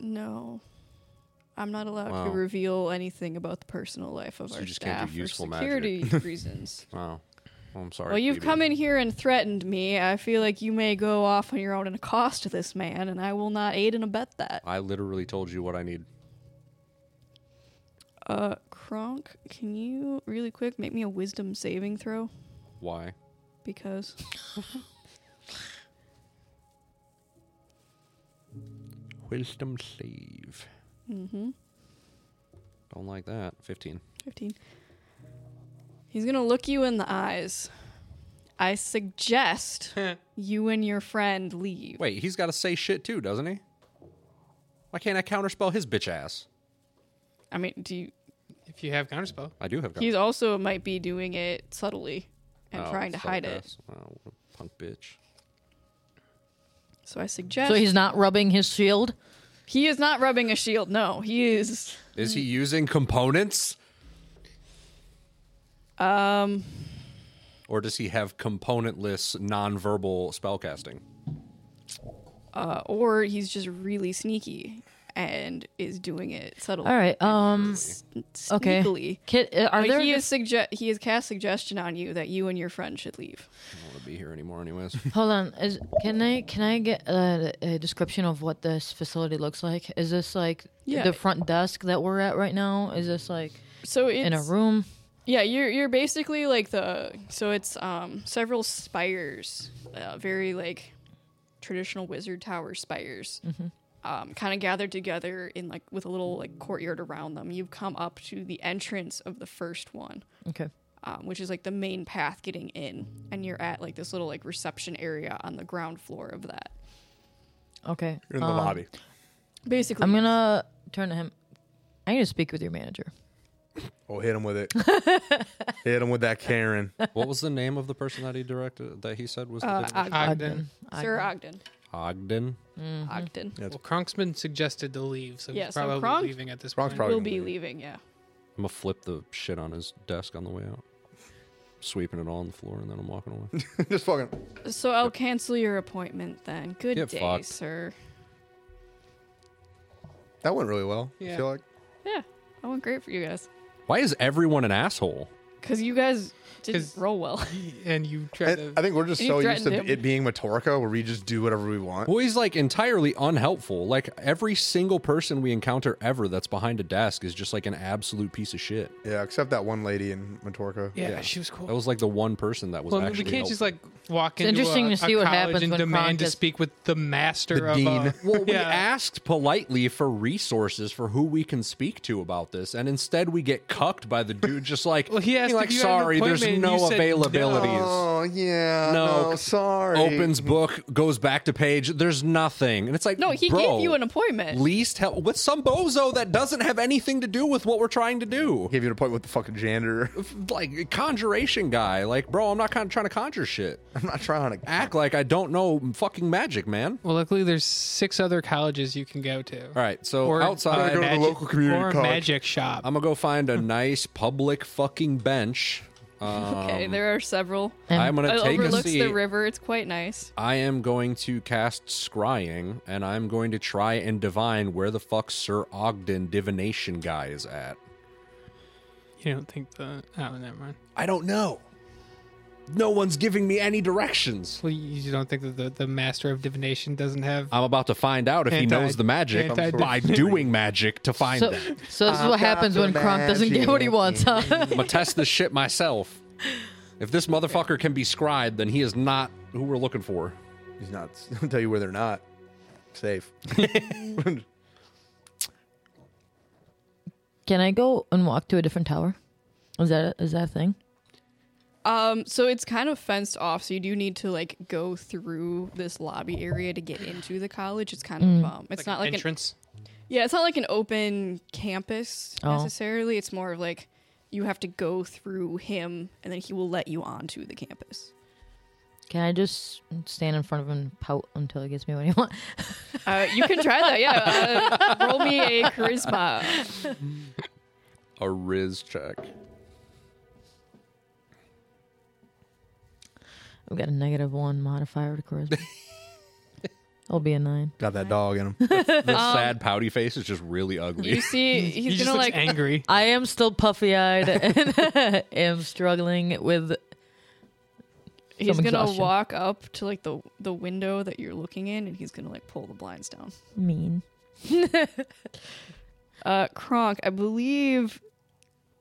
S5: No. I'm not allowed
S1: Wow.
S5: to reveal anything about the personal life of
S1: So
S5: our
S1: you just can't do
S5: staff
S1: useful
S5: for
S1: magic. [laughs]
S5: security reasons.
S1: Wow. Oh, Well, I'm sorry.
S5: Well, you've
S1: Phoebe.
S5: come in here and threatened me. I feel like you may go off on your own and accost this man, and I will not aid and abet that.
S1: I literally told you what I need.
S5: Uh, Kronk, can you really quick make me a wisdom saving throw?
S1: Why?
S5: Because
S1: Wisdom save.
S5: hmm
S1: Don't like that. 15.
S5: 15. He's going to look you in the eyes.
S1: [laughs]
S5: I suggest you and your friend leave.
S1: Wait, he's got to say shit too, doesn't he? Why can't I counterspell his bitch ass?
S5: I mean, do you,
S4: If you have counterspell,
S1: I do have
S5: he's also might be doing it subtly and
S1: Oh,
S5: trying to
S1: son of
S5: hide
S1: a
S5: it.
S1: cuss. Oh, what a punk bitch.
S5: So I suggest
S2: So he's not rubbing his shield.
S5: he is not rubbing a shield. No, he is
S1: Is he using components?
S5: um
S1: Or does he have componentless nonverbal spellcasting?
S5: uh, or he's just really sneaky and is doing it subtly.
S2: All right. Um. Okay.
S5: Sneakily.
S2: Kid, uh, are
S5: But
S2: there?
S5: he is suggest he has cast suggestion on you that you and your friend should leave.
S1: I don't want to be here anymore,
S5: [laughs]
S1: anyways.
S2: hold on. Is can I can I get a, a description of what this facility looks like? Is this like
S5: Yeah.
S2: the front desk that we're at right now? Is this like
S5: So it's
S2: in a room?
S5: Yeah, you're you're basically like the so it's um several spires, uh, very like traditional wizard tower spires,
S2: Mm-hmm.
S5: um, kind of gathered together in like with a little like courtyard around them. You've come up to the entrance of the first one,
S2: Okay.
S5: um, which is like the main path getting in, and you're at like this little like reception area on the ground floor of that.
S2: Okay.
S3: you're in the
S2: um,
S3: lobby.
S5: Basically, uh,
S2: I'm gonna turn to him. I need to speak with your manager.
S3: Oh, hit him with it. hit him with that Karen. [laughs]
S1: what was the name of the person that he directed, that he said was the
S5: uh,
S1: divination?
S5: Ogden.
S4: Ogden.
S5: Sir Ogden,
S1: Ogden?
S2: Mm-hmm.
S5: Ogden
S4: Well, Kronk's been suggested to leave, so
S5: Yeah,
S4: he's
S5: so
S4: probably
S5: Kronk-
S4: leaving at this
S3: Kronk's
S4: point.
S3: probably
S5: will
S3: gonna
S5: be
S3: leave.
S5: leaving. Yeah.
S1: I'm going to flip the shit on his desk on the way out. Sweeping it all on the floor, and then I'm walking
S5: [laughs]
S1: away.
S3: Just fucking.
S5: So I'll cancel your appointment then. Good
S1: Get
S5: day,
S1: fucked.
S5: sir.
S3: That went really well. I
S4: Yeah.
S3: feel like
S5: Yeah, that went great for you guys.
S1: Why is everyone an asshole?
S5: Because you guys didn't
S4: 'Cause-
S5: roll
S1: [laughs]
S5: well.
S4: and you try
S3: I,
S4: to.
S3: I think we're just
S5: You
S3: so used
S5: threatened
S3: to
S5: him.
S3: it being Matorica where we just do whatever we want.
S1: Well, he's like entirely unhelpful. Like every single person we encounter ever that's behind a desk is just like an absolute piece of shit.
S3: Yeah, except that one lady in Matorica.
S4: yeah, she was cool.
S1: That was like the one person that was
S4: well, I mean,
S1: actually.
S4: we can't just
S1: helpful.
S4: like walk
S2: It's
S4: into
S2: interesting
S4: a,
S2: to
S4: a
S2: see what
S4: college
S2: happens
S4: and
S2: when Kron
S4: demand to
S2: just-
S4: speak with the master
S3: The
S4: of uh,
S3: dean.
S1: Well, we
S4: [laughs] yeah.
S1: asked politely for resources for who we can speak to about this, and instead we get cucked by the dude. Just like,
S4: Well, he asked
S1: being
S4: if
S1: like,
S4: you had an
S1: sorry, there's
S4: appointment, and
S1: no
S4: you said
S1: availabilities.
S3: Oh yeah.
S1: No,
S3: No,
S1: c-
S3: sorry.
S1: Opens book, goes back to page. There's nothing, and it's like,
S5: No, he
S1: bro,
S5: gave you an appointment.
S1: least help with some bozo that doesn't have anything to do with what we're trying to do.
S3: Give you an appointment with the fucking janitor. [laughs]
S1: Like conjuration guy, like bro, I'm not kind of trying to conjure shit.
S3: I'm not trying
S1: [laughs]
S3: to.
S1: Act like I don't know fucking magic, man.
S4: Well, luckily there's six other colleges you can go to.
S1: All right, so
S4: Or
S1: outside,
S3: go to
S4: a
S3: the
S4: magic-
S3: local community
S4: or a
S3: college.
S4: magic shop.
S1: [laughs] I'm gonna go find a nice public fucking bench.
S5: okay, there are several.
S1: I'm gonna
S5: It
S1: take a
S5: overlooks
S1: seat.
S5: the river. It's quite nice.
S1: I am going to cast scrying, and I'm going to try and divine where the fuck Sir Ogden divination guy is at.
S4: You don't think the? Oh, never mind.
S1: I don't know. No one's giving me any directions.
S4: Well, you don't think that the, the master of divination doesn't have?
S1: I'm about to find out if he
S4: Anti-
S1: knows the magic
S4: anti-
S1: by doing magic to find
S2: So,
S1: that.
S2: so this is what happens when Kronk doesn't get what he wants, huh?
S1: I'm gonna test this shit myself. If this motherfucker can be scribed, then he is not who we're looking for.
S3: He's not. [laughs] I'll tell you where they're not safe.
S2: [laughs] Can I go and walk to a different tower? Is that is that a thing?
S5: Um, so it's kind of fenced off, so you do need to like go through this lobby area to get into the college. It's kind
S2: Mm.
S5: of um, it's not like an,
S4: entrance.
S5: yeah, it's not like an open campus
S2: Oh.
S5: necessarily. It's more of like you have to go through him, and then he will let you onto the campus.
S2: Can I just stand in front of him and pout until he [laughs] gives me what I want?
S5: Uh, you can try that. Yeah, uh, roll me a charisma.
S1: A Riz check.
S2: I've got a negative one modifier to charisma. I'll be a nine.
S3: Got that dog in him.
S1: This sad pouty face is just really ugly.
S5: Um, You see, he's
S4: he just
S5: gonna
S4: looks
S5: like
S4: angry.
S2: I am still puffy eyed and [laughs] am struggling with.
S5: he's
S2: some
S5: gonna
S2: exhaustion.
S5: walk up to like the the window that you're looking in, and he's gonna like pull the blinds down.
S2: Mean. [laughs]
S5: Uh, Kronk, I believe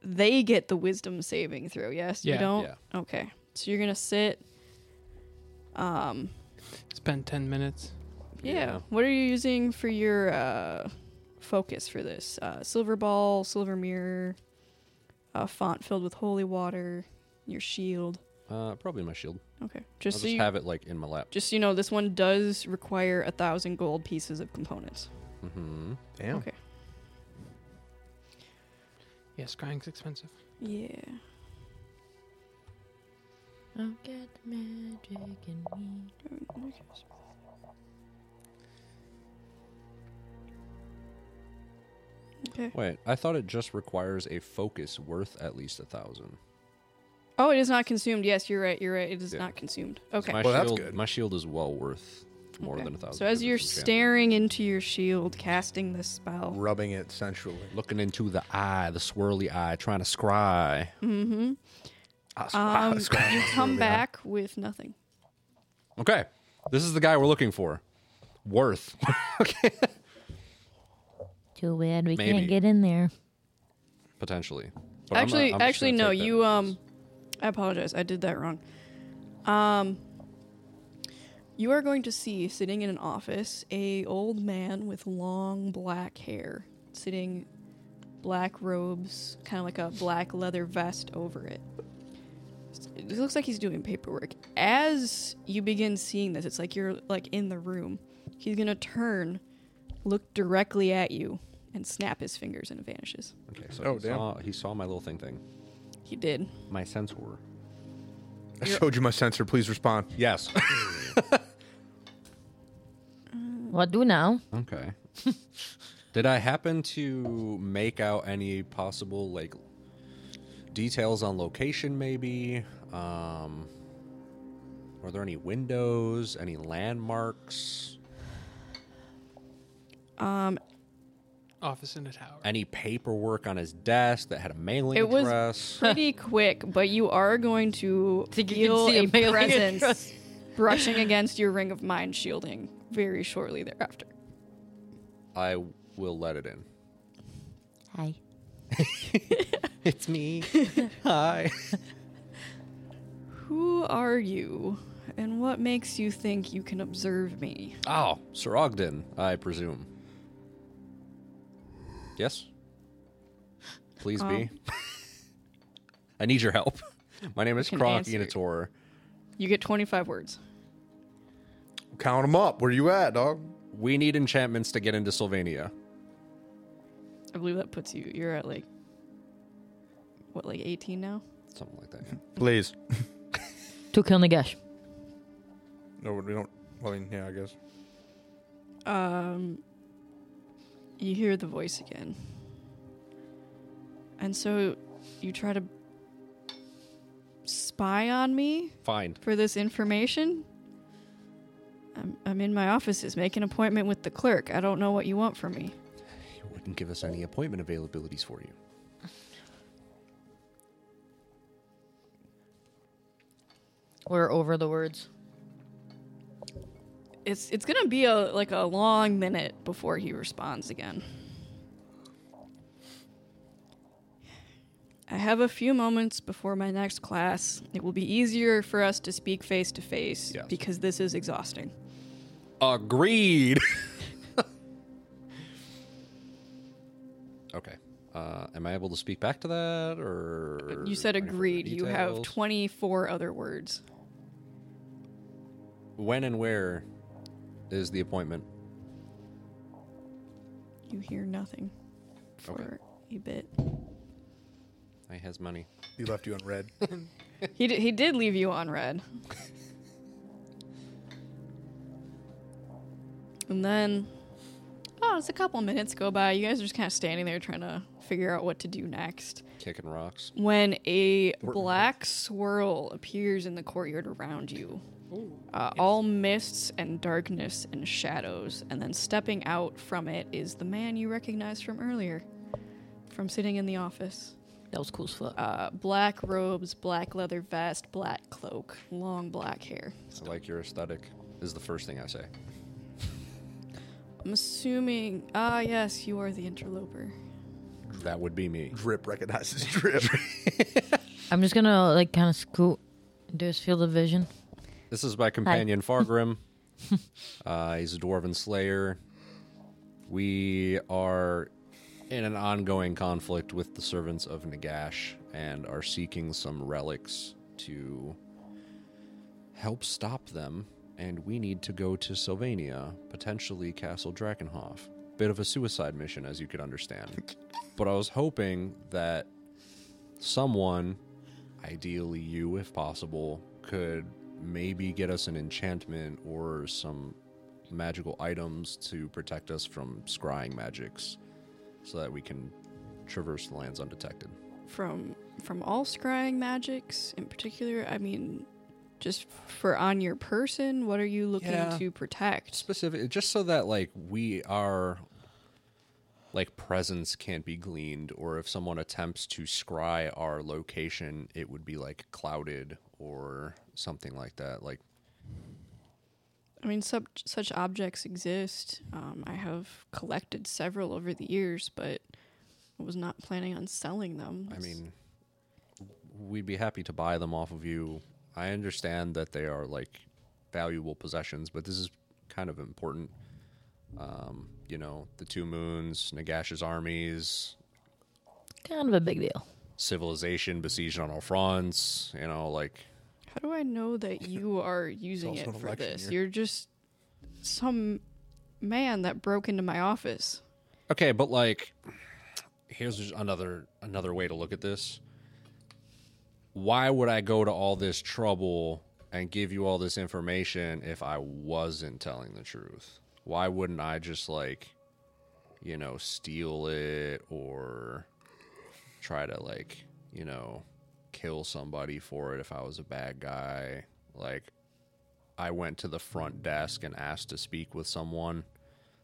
S5: they get the wisdom saving throw. Yes, you
S4: Yeah.
S5: don't.
S1: Yeah.
S5: Okay, so you're gonna sit. Um,
S4: It's been ten minutes.
S5: yeah.
S1: Yeah.
S5: What are you using for your uh, focus for this? Uh, silver ball, silver mirror, a font filled with holy water, your shield.
S1: Uh, probably my shield.
S5: Okay,
S1: I'll
S5: just
S1: just
S5: so you
S1: have it like in my lap.
S5: just so you know, this one does require a thousand gold pieces of components.
S1: hmm
S3: Damn.
S5: Okay.
S4: Yeah, scrying's expensive.
S5: Yeah.
S2: I'll get the magic in me.
S5: Okay.
S1: Wait, I thought it just requires a focus worth at least a thousand.
S5: Oh, it is not consumed. Yes, you're right. You're right. It is
S1: Yeah.
S5: not consumed. Okay.
S1: My
S3: Well, that's
S1: shield,
S3: good.
S1: My shield is well worth more
S5: Okay.
S1: than a thousand.
S5: So as
S1: because
S5: you're
S1: it's enchanted.
S5: staring into your shield, casting this spell,
S3: Rubbing it sensually.
S1: looking into the eye, the swirly eye, trying to scry. [laughs]
S5: um, you come back with nothing.
S1: Okay, this is the guy we're looking for. Worth. [laughs]
S2: Too bad we
S1: Maybe.
S2: can't get in there.
S1: potentially. But I'm
S5: actually,
S1: gonna- I'm just
S5: actually,
S1: gonna
S5: no.
S1: take that
S5: You
S1: as-
S5: um, I apologize. I did that wrong. Um, you are going to see sitting in an office a old man with long black hair, sitting, black robes, kind of like a black leather vest over it. It looks like he's doing paperwork. As you begin seeing this, it's like you're like in the room. He's gonna turn, look directly at you, and snap his fingers, and it vanishes.
S1: Okay, so
S3: Oh,
S1: he,
S3: damn.
S1: saw, he saw my little thing thing.
S5: He did.
S1: My sensor.
S3: I showed you my sensor. Please respond.
S1: Yes.
S2: What do now?
S1: okay. Did I happen to make out any possible like details on location? Maybe. Um, were there any windows? Any landmarks?
S4: office in the tower.
S1: Any paperwork on his desk that had a mailing
S5: It was-
S1: address?
S2: [laughs]
S5: Pretty quick, but you are going to
S2: To get-
S5: feel
S2: see a
S5: a
S2: mailing
S5: presence
S2: address. [laughs]
S5: brushing against your ring of mind shielding very shortly thereafter.
S1: I will let it in.
S2: Hi.
S1: It's me. Hi.
S5: Who are you, and what makes you think you can observe me?
S1: Oh, Sir Ogden, I presume. Yes? Please
S5: Um.
S1: be. [laughs] I need your help. My name is
S5: can
S1: Kronk
S5: answer.
S1: Enator.
S5: You get 25 words.
S3: Count them up. Where you at, dog?
S1: We need enchantments to get into Sylvania.
S5: I believe that puts you, you're at like, what, like 18 now?
S1: Something like that. yeah.
S3: Please.
S2: To kill Nagash.
S3: No, we don't. I mean, yeah, I guess.
S5: Um, you hear the voice again. And so you try to spy on me
S1: [laughs] Fine.
S5: for this information? I'm, I'm in my offices. Make an appointment with the clerk. I don't know what you want from me.
S1: You wouldn't give us any appointment availabilities for you.
S2: We're over the words.
S5: It's it's gonna be a like a long minute before he responds again. I have a few moments before my next class. It will be easier for us to speak face to face
S1: Yes.
S5: because this is exhausting.
S1: Agreed. [laughs] okay. Uh, am I able to speak back to that, or
S5: You said
S1: any further
S5: agreed. You have
S1: details?
S5: 24 other words.
S1: When and where is the appointment?
S5: You hear nothing for
S1: Okay.
S5: a bit.
S1: I has money.
S3: He left you unread.
S5: He, d- he did leave you on red. and then, oh, it's a couple minutes go by. You guys are just kind of standing there trying to figure out what to do next.
S1: Kicking rocks.
S5: When a black swirl appears in the courtyard around you, uh, all mists and darkness and shadows. And then stepping out from it is the man you recognized from earlier, from sitting in the office
S2: That was cool as fuck.
S5: uh, black robes, black leather vest, black cloak, long black hair.
S1: I like your aesthetic. Is the first thing I say.
S5: I'm assuming, ah, yes, you are the interloper.
S1: That would be me.
S3: drip recognizes [laughs] drip.
S2: I'm just gonna like kind of scoot. There's field of vision.
S1: This is my companion Fargrim. uh, he's a dwarven slayer. We are in an ongoing conflict with the servants of Nagash and are seeking some relics to help stop them. And we need to go to Sylvania, potentially Castle Drakenhof. Bit of a suicide mission, as you could understand. but I was hoping that someone, ideally you if possible, could maybe get us an enchantment or some magical items to protect us from scrying magics so that we can traverse the lands undetected.
S5: From from all scrying magics in particular, I mean, just for on your person, what are you looking
S1: Yeah.
S5: to protect?
S1: Specific just so that like we are like presence can't be gleaned or if someone attempts to scry our location it would be like clouded or something like that like
S5: I mean, sub- such objects exist. Um, I have collected several over the years, but I was not planning on selling them.
S1: I mean, we'd be happy to buy them off of you. I understand that they are like valuable possessions, but this is kind of important. Um, you know, the two moons, Nagash's armies,
S2: Kind of a big deal.
S1: civilization besieged on all fronts. You know, like
S5: How do I know that you are using
S3: also
S5: it
S3: an
S5: for
S3: election
S5: this?
S3: year.
S5: You're just some man that broke into my office.
S1: okay, but like, here's just another another way to look at this. Why would I go to all this trouble and give you all this information if I wasn't telling the truth? Why wouldn't I just like, you know, steal it or try to like, you know, kill somebody for it if I was a bad guy? Like, I went to the front desk and asked to speak with someone.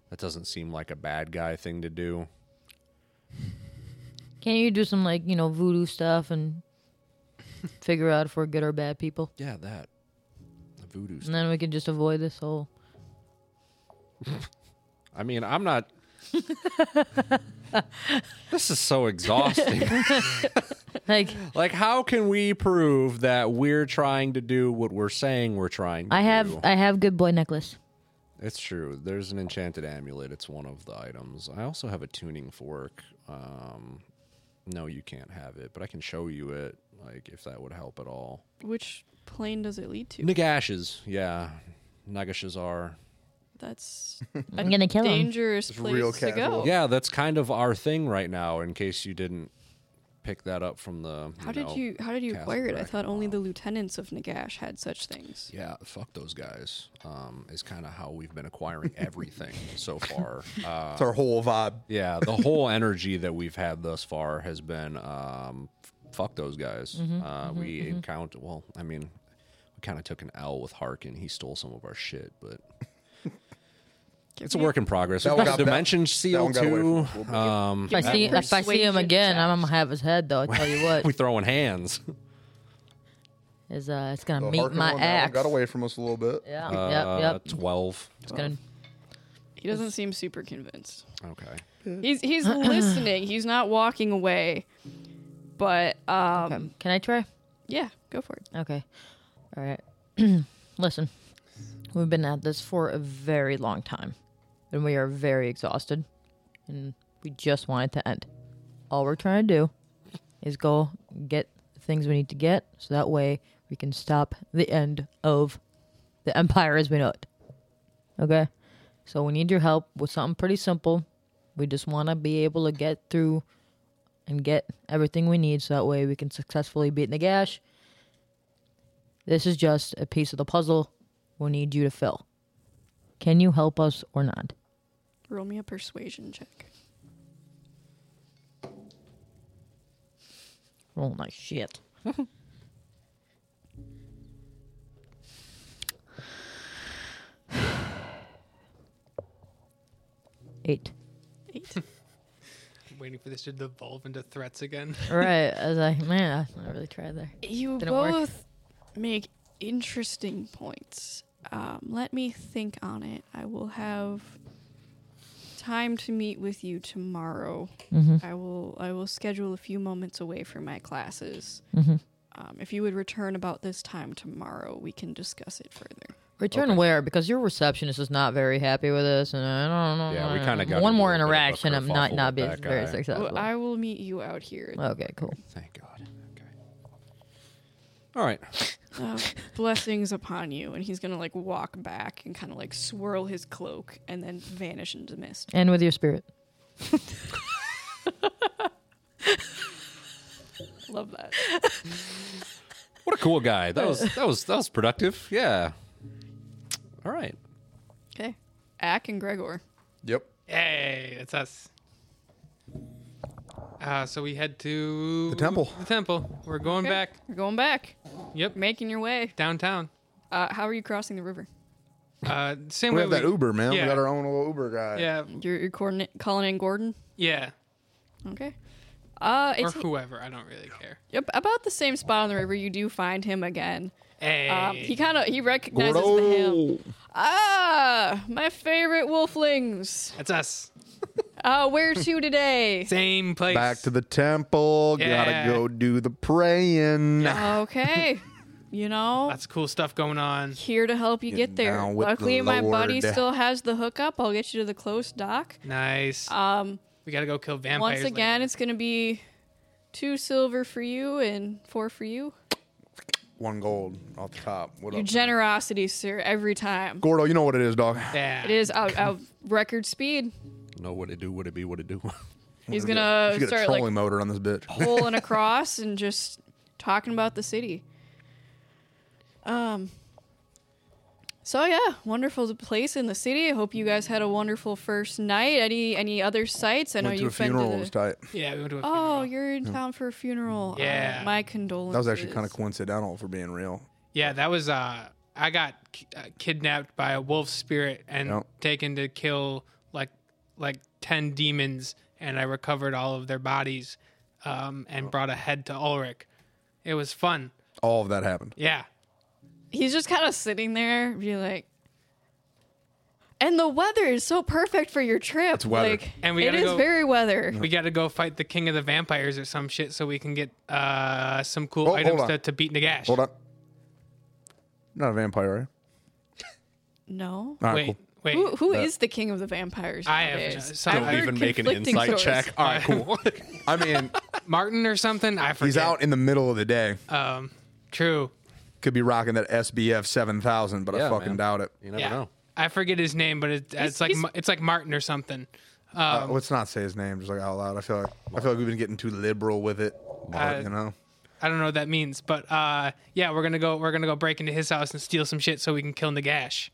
S1: That doesn't seem like a bad guy thing to do.
S2: Can't you do some like you know voodoo stuff and figure out if we're good or bad people,
S1: Yeah, that. The voodoo
S2: and then we can just avoid this whole. [laughs]
S1: I mean, I'm not. [laughs] this is so [laughs] exhausting.
S2: Like
S1: like, how can we prove that we're trying to do what we're saying we're trying to
S2: I have
S1: do?
S2: I have good boy necklace.
S1: It's true. There's an enchanted amulet. It's one of the items. I also have a tuning fork. Um, no, you can't have it, but I can show you it, like, if that would help at all.
S5: Which plane does it lead to?
S1: Nagashes, yeah. Nagashes are.
S2: [laughs]
S5: That's
S2: I'm gonna kill him.
S5: dangerous
S3: It's
S5: place
S3: real
S5: to go.
S3: casual.
S1: Yeah, that's kind of our thing right now, in case you didn't pick that up from the.
S5: How did
S1: know,
S5: you how did you
S1: Castle
S5: acquire it? I
S1: Bracken
S5: thought only
S1: Mall.
S5: the lieutenants of Nagash had such things.
S1: Yeah, fuck those guys. Um, is kind of how we've been acquiring
S3: [laughs]
S1: everything so far. Uh,
S3: It's our whole vibe.
S1: yeah, the
S3: [laughs]
S1: whole energy that we've had thus far has been um, f- fuck those guys.
S3: Mm-hmm,
S1: uh, we encountered. Well, I mean, we kind of took an L with Harkin. He stole some of our shit, but. It's a work in progress.
S3: That
S1: We've
S3: one
S1: got
S3: got-
S1: Dimension
S3: that
S1: Seal
S3: one got away from
S1: too.
S3: us a little bit.
S1: Um,
S2: If I see if I see him
S5: Persuasion
S2: again, I'm
S5: checks.
S2: gonna have his head though. I tell you what,
S1: um, [laughs] we throwing hands.
S2: is uh, it's gonna
S3: The
S2: meet
S3: Harkin
S2: my
S3: one, that one
S2: axe.
S3: Got away from us a little bit.
S2: Yeah,
S1: Uh,
S2: yep, yep.
S1: Twelve.
S2: It's gonna.
S5: He doesn't seem super convinced.
S1: Okay.
S5: He's
S2: [clears throat]
S5: he's listening. He's not walking away. But um
S2: Can I try?
S5: yeah, go for it.
S2: Okay. All right. [clears throat] Listen, we've been at this for a very long time, and we are very exhausted, and we just want it to end. All we're trying to do is go get the things we need to get, so that way we can stop the end of the empire as we know it. Okay? So we need your help with something pretty simple. We just want to be able to get through and get everything we need so that way we can successfully beat Nagash this is just a piece of the puzzle we'll need you to fill. Can you help us or not?
S5: Roll me a persuasion check.
S2: Oh my shit. [sighs] Eight.
S5: Eight.
S4: I'm waiting for this to devolve into threats again. [laughs]
S2: All right. I was like, man, I really tried there.
S5: You
S2: Didn't work.
S5: both make interesting points. Um, let me think on it. I will have time to meet with you tomorrow.
S2: Mm-hmm.
S5: I will. I will schedule a few moments away from my classes.
S2: Mm-hmm.
S5: Um, if you would return about this time tomorrow, we can discuss it further.
S2: Return where? Because your receptionist is not very happy with us, and I don't know.
S1: Yeah, we kinda got
S2: one
S1: into
S2: more
S1: a bit of a
S2: interaction. I'm not
S1: kerfuffle
S2: not being
S1: with that
S2: very
S1: guy.
S2: successful.
S5: Well, I will meet you out here.
S2: okay, cool.
S1: Thank God. Okay. All right.
S5: Uh, blessings upon you. And he's gonna like walk back and kind of like swirl his cloak and then vanish into mist.
S2: And with your spirit. [laughs]
S5: Love that.
S1: What a cool guy. That was that was that was productive. Yeah. All right.
S5: Okay, Ack and Gregor.
S3: Yep.
S4: Hey, it's us. Uh, so we head to
S3: The temple.
S4: The temple. We're going
S5: Okay.
S4: back.
S5: You're going back.
S4: Yep,
S5: Making your way.
S4: downtown.
S5: Uh, how are you crossing the river?
S4: Uh, same
S3: We
S4: way
S3: have that Uber, man.
S4: yeah.
S3: We got our own little Uber guy.
S4: Yeah,
S5: You're, you're coordinate, calling in Gordon.
S4: yeah,
S5: Okay. Uh,
S4: or
S5: it's
S4: whoever. I don't really care.
S5: ab- about the same spot on the river. You do find him again.
S4: Hey,
S5: Um, he kind of he recognizes the hill.
S3: Gordo.
S5: Ah, my favorite wolflings.
S4: that's us.
S5: Uh, where to today?
S4: Same place.
S3: Back to the temple.
S4: Yeah.
S3: Gotta go do the praying.
S5: okay. You know,
S4: Lots of cool stuff going on.
S5: here to help you get
S3: Getting
S5: there.
S3: down with the
S5: Luckily, my buddy
S3: Lord.
S5: still has the hookup. I'll get you to the close dock.
S4: Nice.
S5: Um,
S4: we gotta go kill vampires.
S5: once
S4: later.
S5: again, it's gonna be two silver for you and four for you.
S3: One gold off the top. What
S5: Your
S3: up?
S5: generosity, sir, every time.
S3: Gordo, you know what it is, dog.
S4: Yeah.
S5: It is out, out
S3: [laughs]
S5: record speed.
S1: Know what it do, what it be, what it [laughs] do.
S5: He's gonna
S3: Let's get a
S5: start
S3: trolling
S5: like
S3: motor on this bitch.
S5: pulling across and just talking about the city. Um. So yeah, wonderful place in the city. I hope you guys had a wonderful first night. Any any other sights? I know
S3: Went to a
S5: you've been
S3: funeral. It
S5: to
S3: was
S5: the.
S3: tight.
S4: Yeah, we went to a
S5: Oh,
S4: funeral.
S5: you're in town for a funeral. Uh,
S4: Yeah.
S5: my condolences.
S3: That was actually kind of coincidental, for being real.
S4: Yeah, that was. Uh, I got ki- uh, kidnapped by a wolf spirit and
S3: Yep.
S4: taken to kill like like ten demons, and I recovered all of their bodies. um, and brought a head to Ulrich. It was fun.
S3: All of that happened.
S4: Yeah.
S5: He's just kind of sitting there, be like, and the weather is so perfect for your trip. It's
S3: weather.
S5: Like,
S4: And we
S5: it
S4: gotta
S5: is
S4: go-
S5: very weather.
S4: We got to go fight the king of the vampires or some shit so we can get uh, some cool
S3: Oh, hold
S4: items
S3: on.
S4: to, to beat Nagash.
S3: Hold on. Not a vampire, are you?
S5: No.
S3: All right,
S4: Wait,
S3: cool.
S4: wait.
S5: Who, who is the king of the vampires?
S4: I have
S5: nowadays?
S4: no- so
S5: I've
S4: Don't
S5: heard
S1: even make an
S5: conflicting
S1: insight
S5: stories.
S1: check. All right, cool.
S3: I mean,
S4: Martin or something? I forget.
S3: he's out in the middle of the day.
S1: Uh,
S4: Um, true.
S3: Could be rocking that SBF 7000, but I
S1: Yeah,
S3: fucking
S1: man.
S3: doubt it.
S1: You never
S4: yeah.
S1: know.
S4: I forget his name, but it, it's like
S5: he's-
S4: Ma- it's like Martin or something.
S3: Uh, let's not say his name just like out loud. I feel like I feel like we've been getting too liberal with it.
S4: Uh,
S3: you know,
S4: I don't know what that means, but uh, yeah, we're gonna go. We're gonna go break into his house and steal some shit so we can kill Nagash.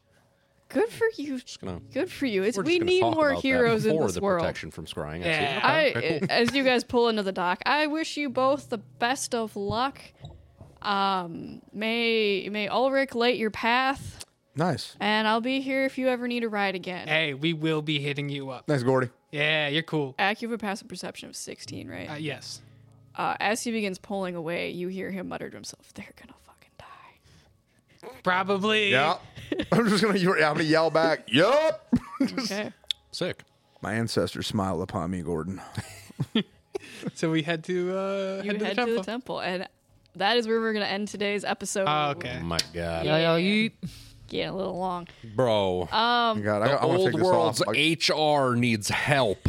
S5: Good for you.
S1: gonna-
S5: Good for you. It's,
S1: We're just
S5: we
S1: gonna
S5: need
S1: talk
S5: more
S1: about that
S5: heroes in
S1: before
S5: this
S1: the
S5: world.
S1: protection from scrying. I see.
S4: Yeah.
S1: Okay,
S5: I, eh,
S1: okay, [laughs] cool.
S5: as you guys pull into the dock, I wish you both the best of luck. Um, may may Ulrich light your path,
S3: nice,
S5: and I'll be here if you ever need a ride again.
S4: Hey, we will be hitting you up.
S3: nice, Gordy.
S4: Yeah, you're cool.
S5: Ack, you have a passive perception of 16, right?
S4: Uh, yes.
S5: Uh, as he begins pulling away, you hear him mutter to himself, "They're gonna fucking die."
S1: [laughs]
S4: Probably.
S3: Yeah, I'm just gonna. Yeah, I'm gonna yell back. Yup.
S5: Okay.
S1: Sick.
S3: My ancestors smiled upon me, Gordon.
S4: [laughs] So we had to uh,
S5: you
S4: head,
S5: head
S4: to the temple.
S5: temple, and that is where we're gonna end today's episode.
S4: Oh, okay.
S1: My God,
S2: Yo, yo, you.
S5: Getting a little long.
S1: bro.
S5: Uh,
S3: God, I,
S1: Um,
S3: I want to
S1: Old
S3: take this
S1: world's
S3: off. Like,
S1: HR needs help.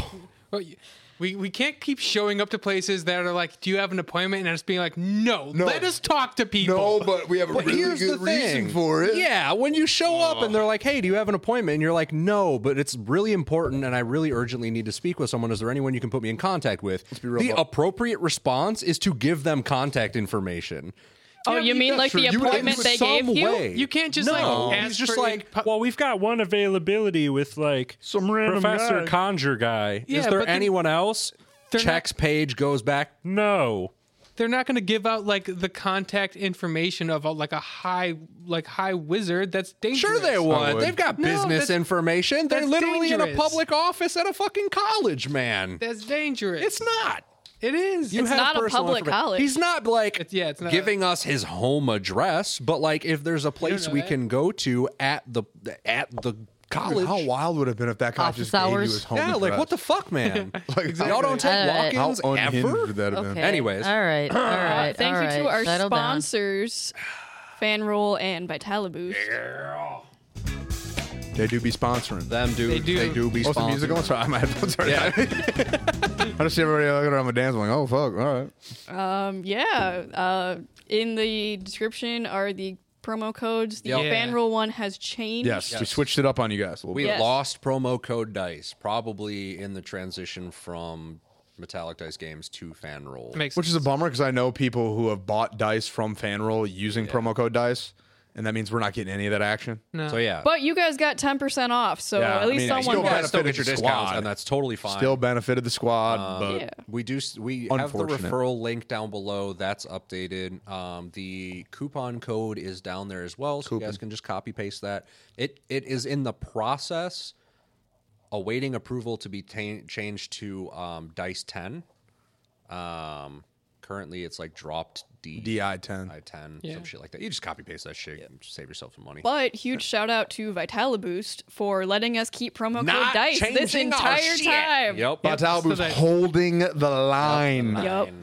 S4: Well, y- We, we can't keep showing up to places that are like, do you have an appointment? And us being like, no,
S3: No.
S4: let us talk to people.
S3: no, but we have a really good reason for it. Oh.
S1: Yeah, when you show up and they're like, "Hey, do you have an appointment?" and you're like, "No, but it's really important, and I really urgently need to speak with someone. Is there anyone you can put me in contact with?"
S3: be real
S1: the
S3: about-
S1: appropriate response is to give them contact information.
S5: Oh, you mean like the
S3: You would-
S5: appointment
S1: In
S5: they
S1: some
S5: gave you?
S1: way.
S4: You can't just,
S3: Oh.
S1: no.
S4: like,
S1: He's
S4: ask
S1: just
S4: for-
S1: like,
S6: well, we've got one availability with like
S3: Some random
S6: Professor
S3: guy.
S6: Conjure guy.
S4: Yeah,
S6: Is there
S4: but they're-
S6: anyone else?
S4: they're not-
S1: checks page goes back.
S6: No.
S4: they're not going to give out like the contact information of a, like a high like high wizard. That's dangerous.
S1: Sure, they would.
S3: would.
S1: They've got
S4: No,
S1: business
S4: that's-
S1: information. They're
S4: that's
S1: literally in a
S4: dangerous.
S1: public office at a fucking college, man.
S4: That's dangerous.
S1: It's not.
S4: It is.
S1: You
S5: It's
S1: have
S5: not a
S1: personal
S5: public
S1: information.
S5: college.
S1: He's not like
S4: It's- yeah, it's not-
S1: giving us his home address, but like if there's a place
S4: know
S1: we
S4: that.
S1: can go to at the at the college.
S3: How wild would it have been if that guy
S2: Office
S3: just gave you
S2: hours.
S3: his home
S1: yeah, like
S3: address?
S1: what the
S3: [laughs]
S1: fuck, man? like, Y'all don't take
S2: All right.
S1: walk-ins
S3: How unhinged
S1: ever.
S3: would that have been?
S2: Okay.
S1: Anyways.
S2: All right. All right.
S5: Thank
S2: all
S5: you to
S2: right,
S5: our
S2: settle down.
S5: sponsors, Fanroll and Vitaliboost.
S3: They do be sponsoring.
S1: Them dudes,
S4: They do.
S1: they do be
S3: Oh, some
S1: sponsored.
S3: music on. Sorry, my [laughs] headphones
S1: [laughs]
S3: are. Yeah. I just see everybody looking around my dance. I'm like, oh fuck, all right.
S5: Um, yeah. Uh, in the description are the promo codes. The
S1: Yep.
S4: Yeah.
S5: Fanroll one has changed.
S3: Yes, we switched it up on you guys. A little
S1: We
S5: Yes.
S1: lost promo code dice, probably in the transition from Metallic Dice Games to Fanroll.
S4: Makes
S3: Which is a bummer because I know people who have bought dice from Fanroll using promo code dice, and that means we're not getting any of that action.
S4: no.
S1: So yeah,
S5: But you guys got 10% off, so
S3: Yeah,
S5: at
S3: I
S5: least
S3: mean, I
S1: you
S5: someone
S3: still
S5: got
S1: guys
S3: benefit
S1: still
S3: the
S1: get your discounts,
S3: squad.
S1: and that's totally fine.
S3: Still benefited the squad,
S1: Um,
S3: but
S5: Yeah.
S1: We do. s- We have the
S3: Unfortunate.
S1: referral link down below. That's updated. Um, the coupon code is down there as well, so you guys can just copy paste that. It it is in the process, awaiting approval to be ta- changed to um, Dice Ten. Um, currently, it's like dropped D
S3: di ten.
S1: I ten
S4: Yeah.
S1: some shit like that. You just copy paste that shit. and save yourself some money.
S5: But huge shout out to Vitaliboost for letting us keep promo code
S1: Not
S5: dice this
S1: changing our
S5: entire
S1: shit.
S5: time.
S1: Yep.
S3: Batalbu's
S4: so they-
S3: holding the line.
S4: Oh.
S5: Yep.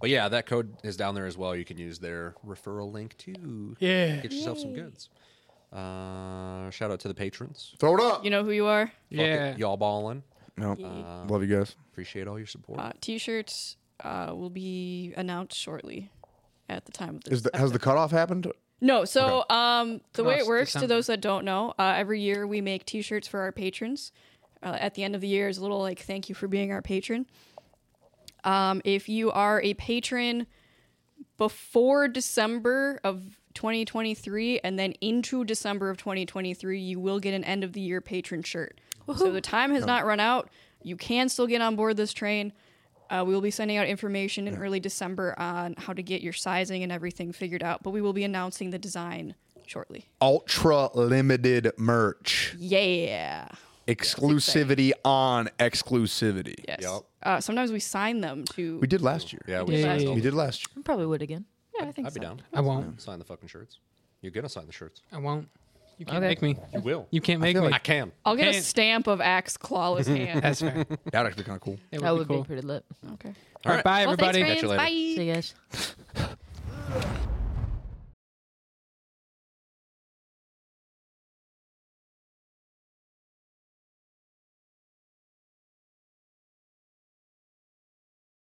S1: But yeah, that code is down there as well. You can use their referral link too.
S4: Yeah.
S1: Get yourself some goods. Uh, shout out to the patrons.
S3: Throw it up.
S5: You know who you are?
S1: Fuck it,
S4: yeah.
S1: y'all balling.
S3: No,
S1: Um,
S3: love you guys.
S1: Appreciate all your support.
S5: Uh, t-shirts uh, will be announced shortly at the time of this.
S3: Is the, has the cutoff happened?
S5: No, so um, the way it
S4: Across
S5: works to
S4: December.
S5: those that don't know, uh, every year we make T-shirts for our patrons. Uh, at the end of the year is a little like thank you for being our patron. Um, if you are a patron before December of 2023 and then into December of 2023, you will get an end of the year patron shirt. So the time has not run out. You can still get on board this train. Uh, we will be sending out information in early December on how to get your sizing and everything figured out, but we will be announcing the design shortly.
S3: Ultra limited merch.
S5: Yeah.
S3: exclusivity on exclusivity.
S5: Yes.
S1: Yup.
S5: Uh, sometimes we sign them to.
S3: We did last year.
S1: Yeah,
S4: Yeah,
S1: we signed
S4: yeah,
S1: all
S3: We did last [laughs] year.
S2: I probably would again.
S5: Yeah, I think
S1: I'd be
S5: so.
S1: down.
S4: I won't.
S1: Sign the fucking shirts. You're gonna sign the shirts.
S4: I won't. You can't
S2: Okay.
S4: make me.
S1: You will.
S4: You
S1: I
S4: can't make
S1: feel
S4: me.
S1: like I can.
S5: I'll get a
S4: Can't-
S5: stamp of Axe clawless hand.
S4: That's fair. It
S3: That'd actually be kind of cool.
S4: would
S2: That
S4: be
S2: would
S4: cool.
S2: be pretty lit.
S5: okay.
S4: All right, bye
S5: Well,
S4: everybody.
S5: thanks,
S1: Catch you
S5: friends.
S1: later.
S5: Bye.
S2: See you guys.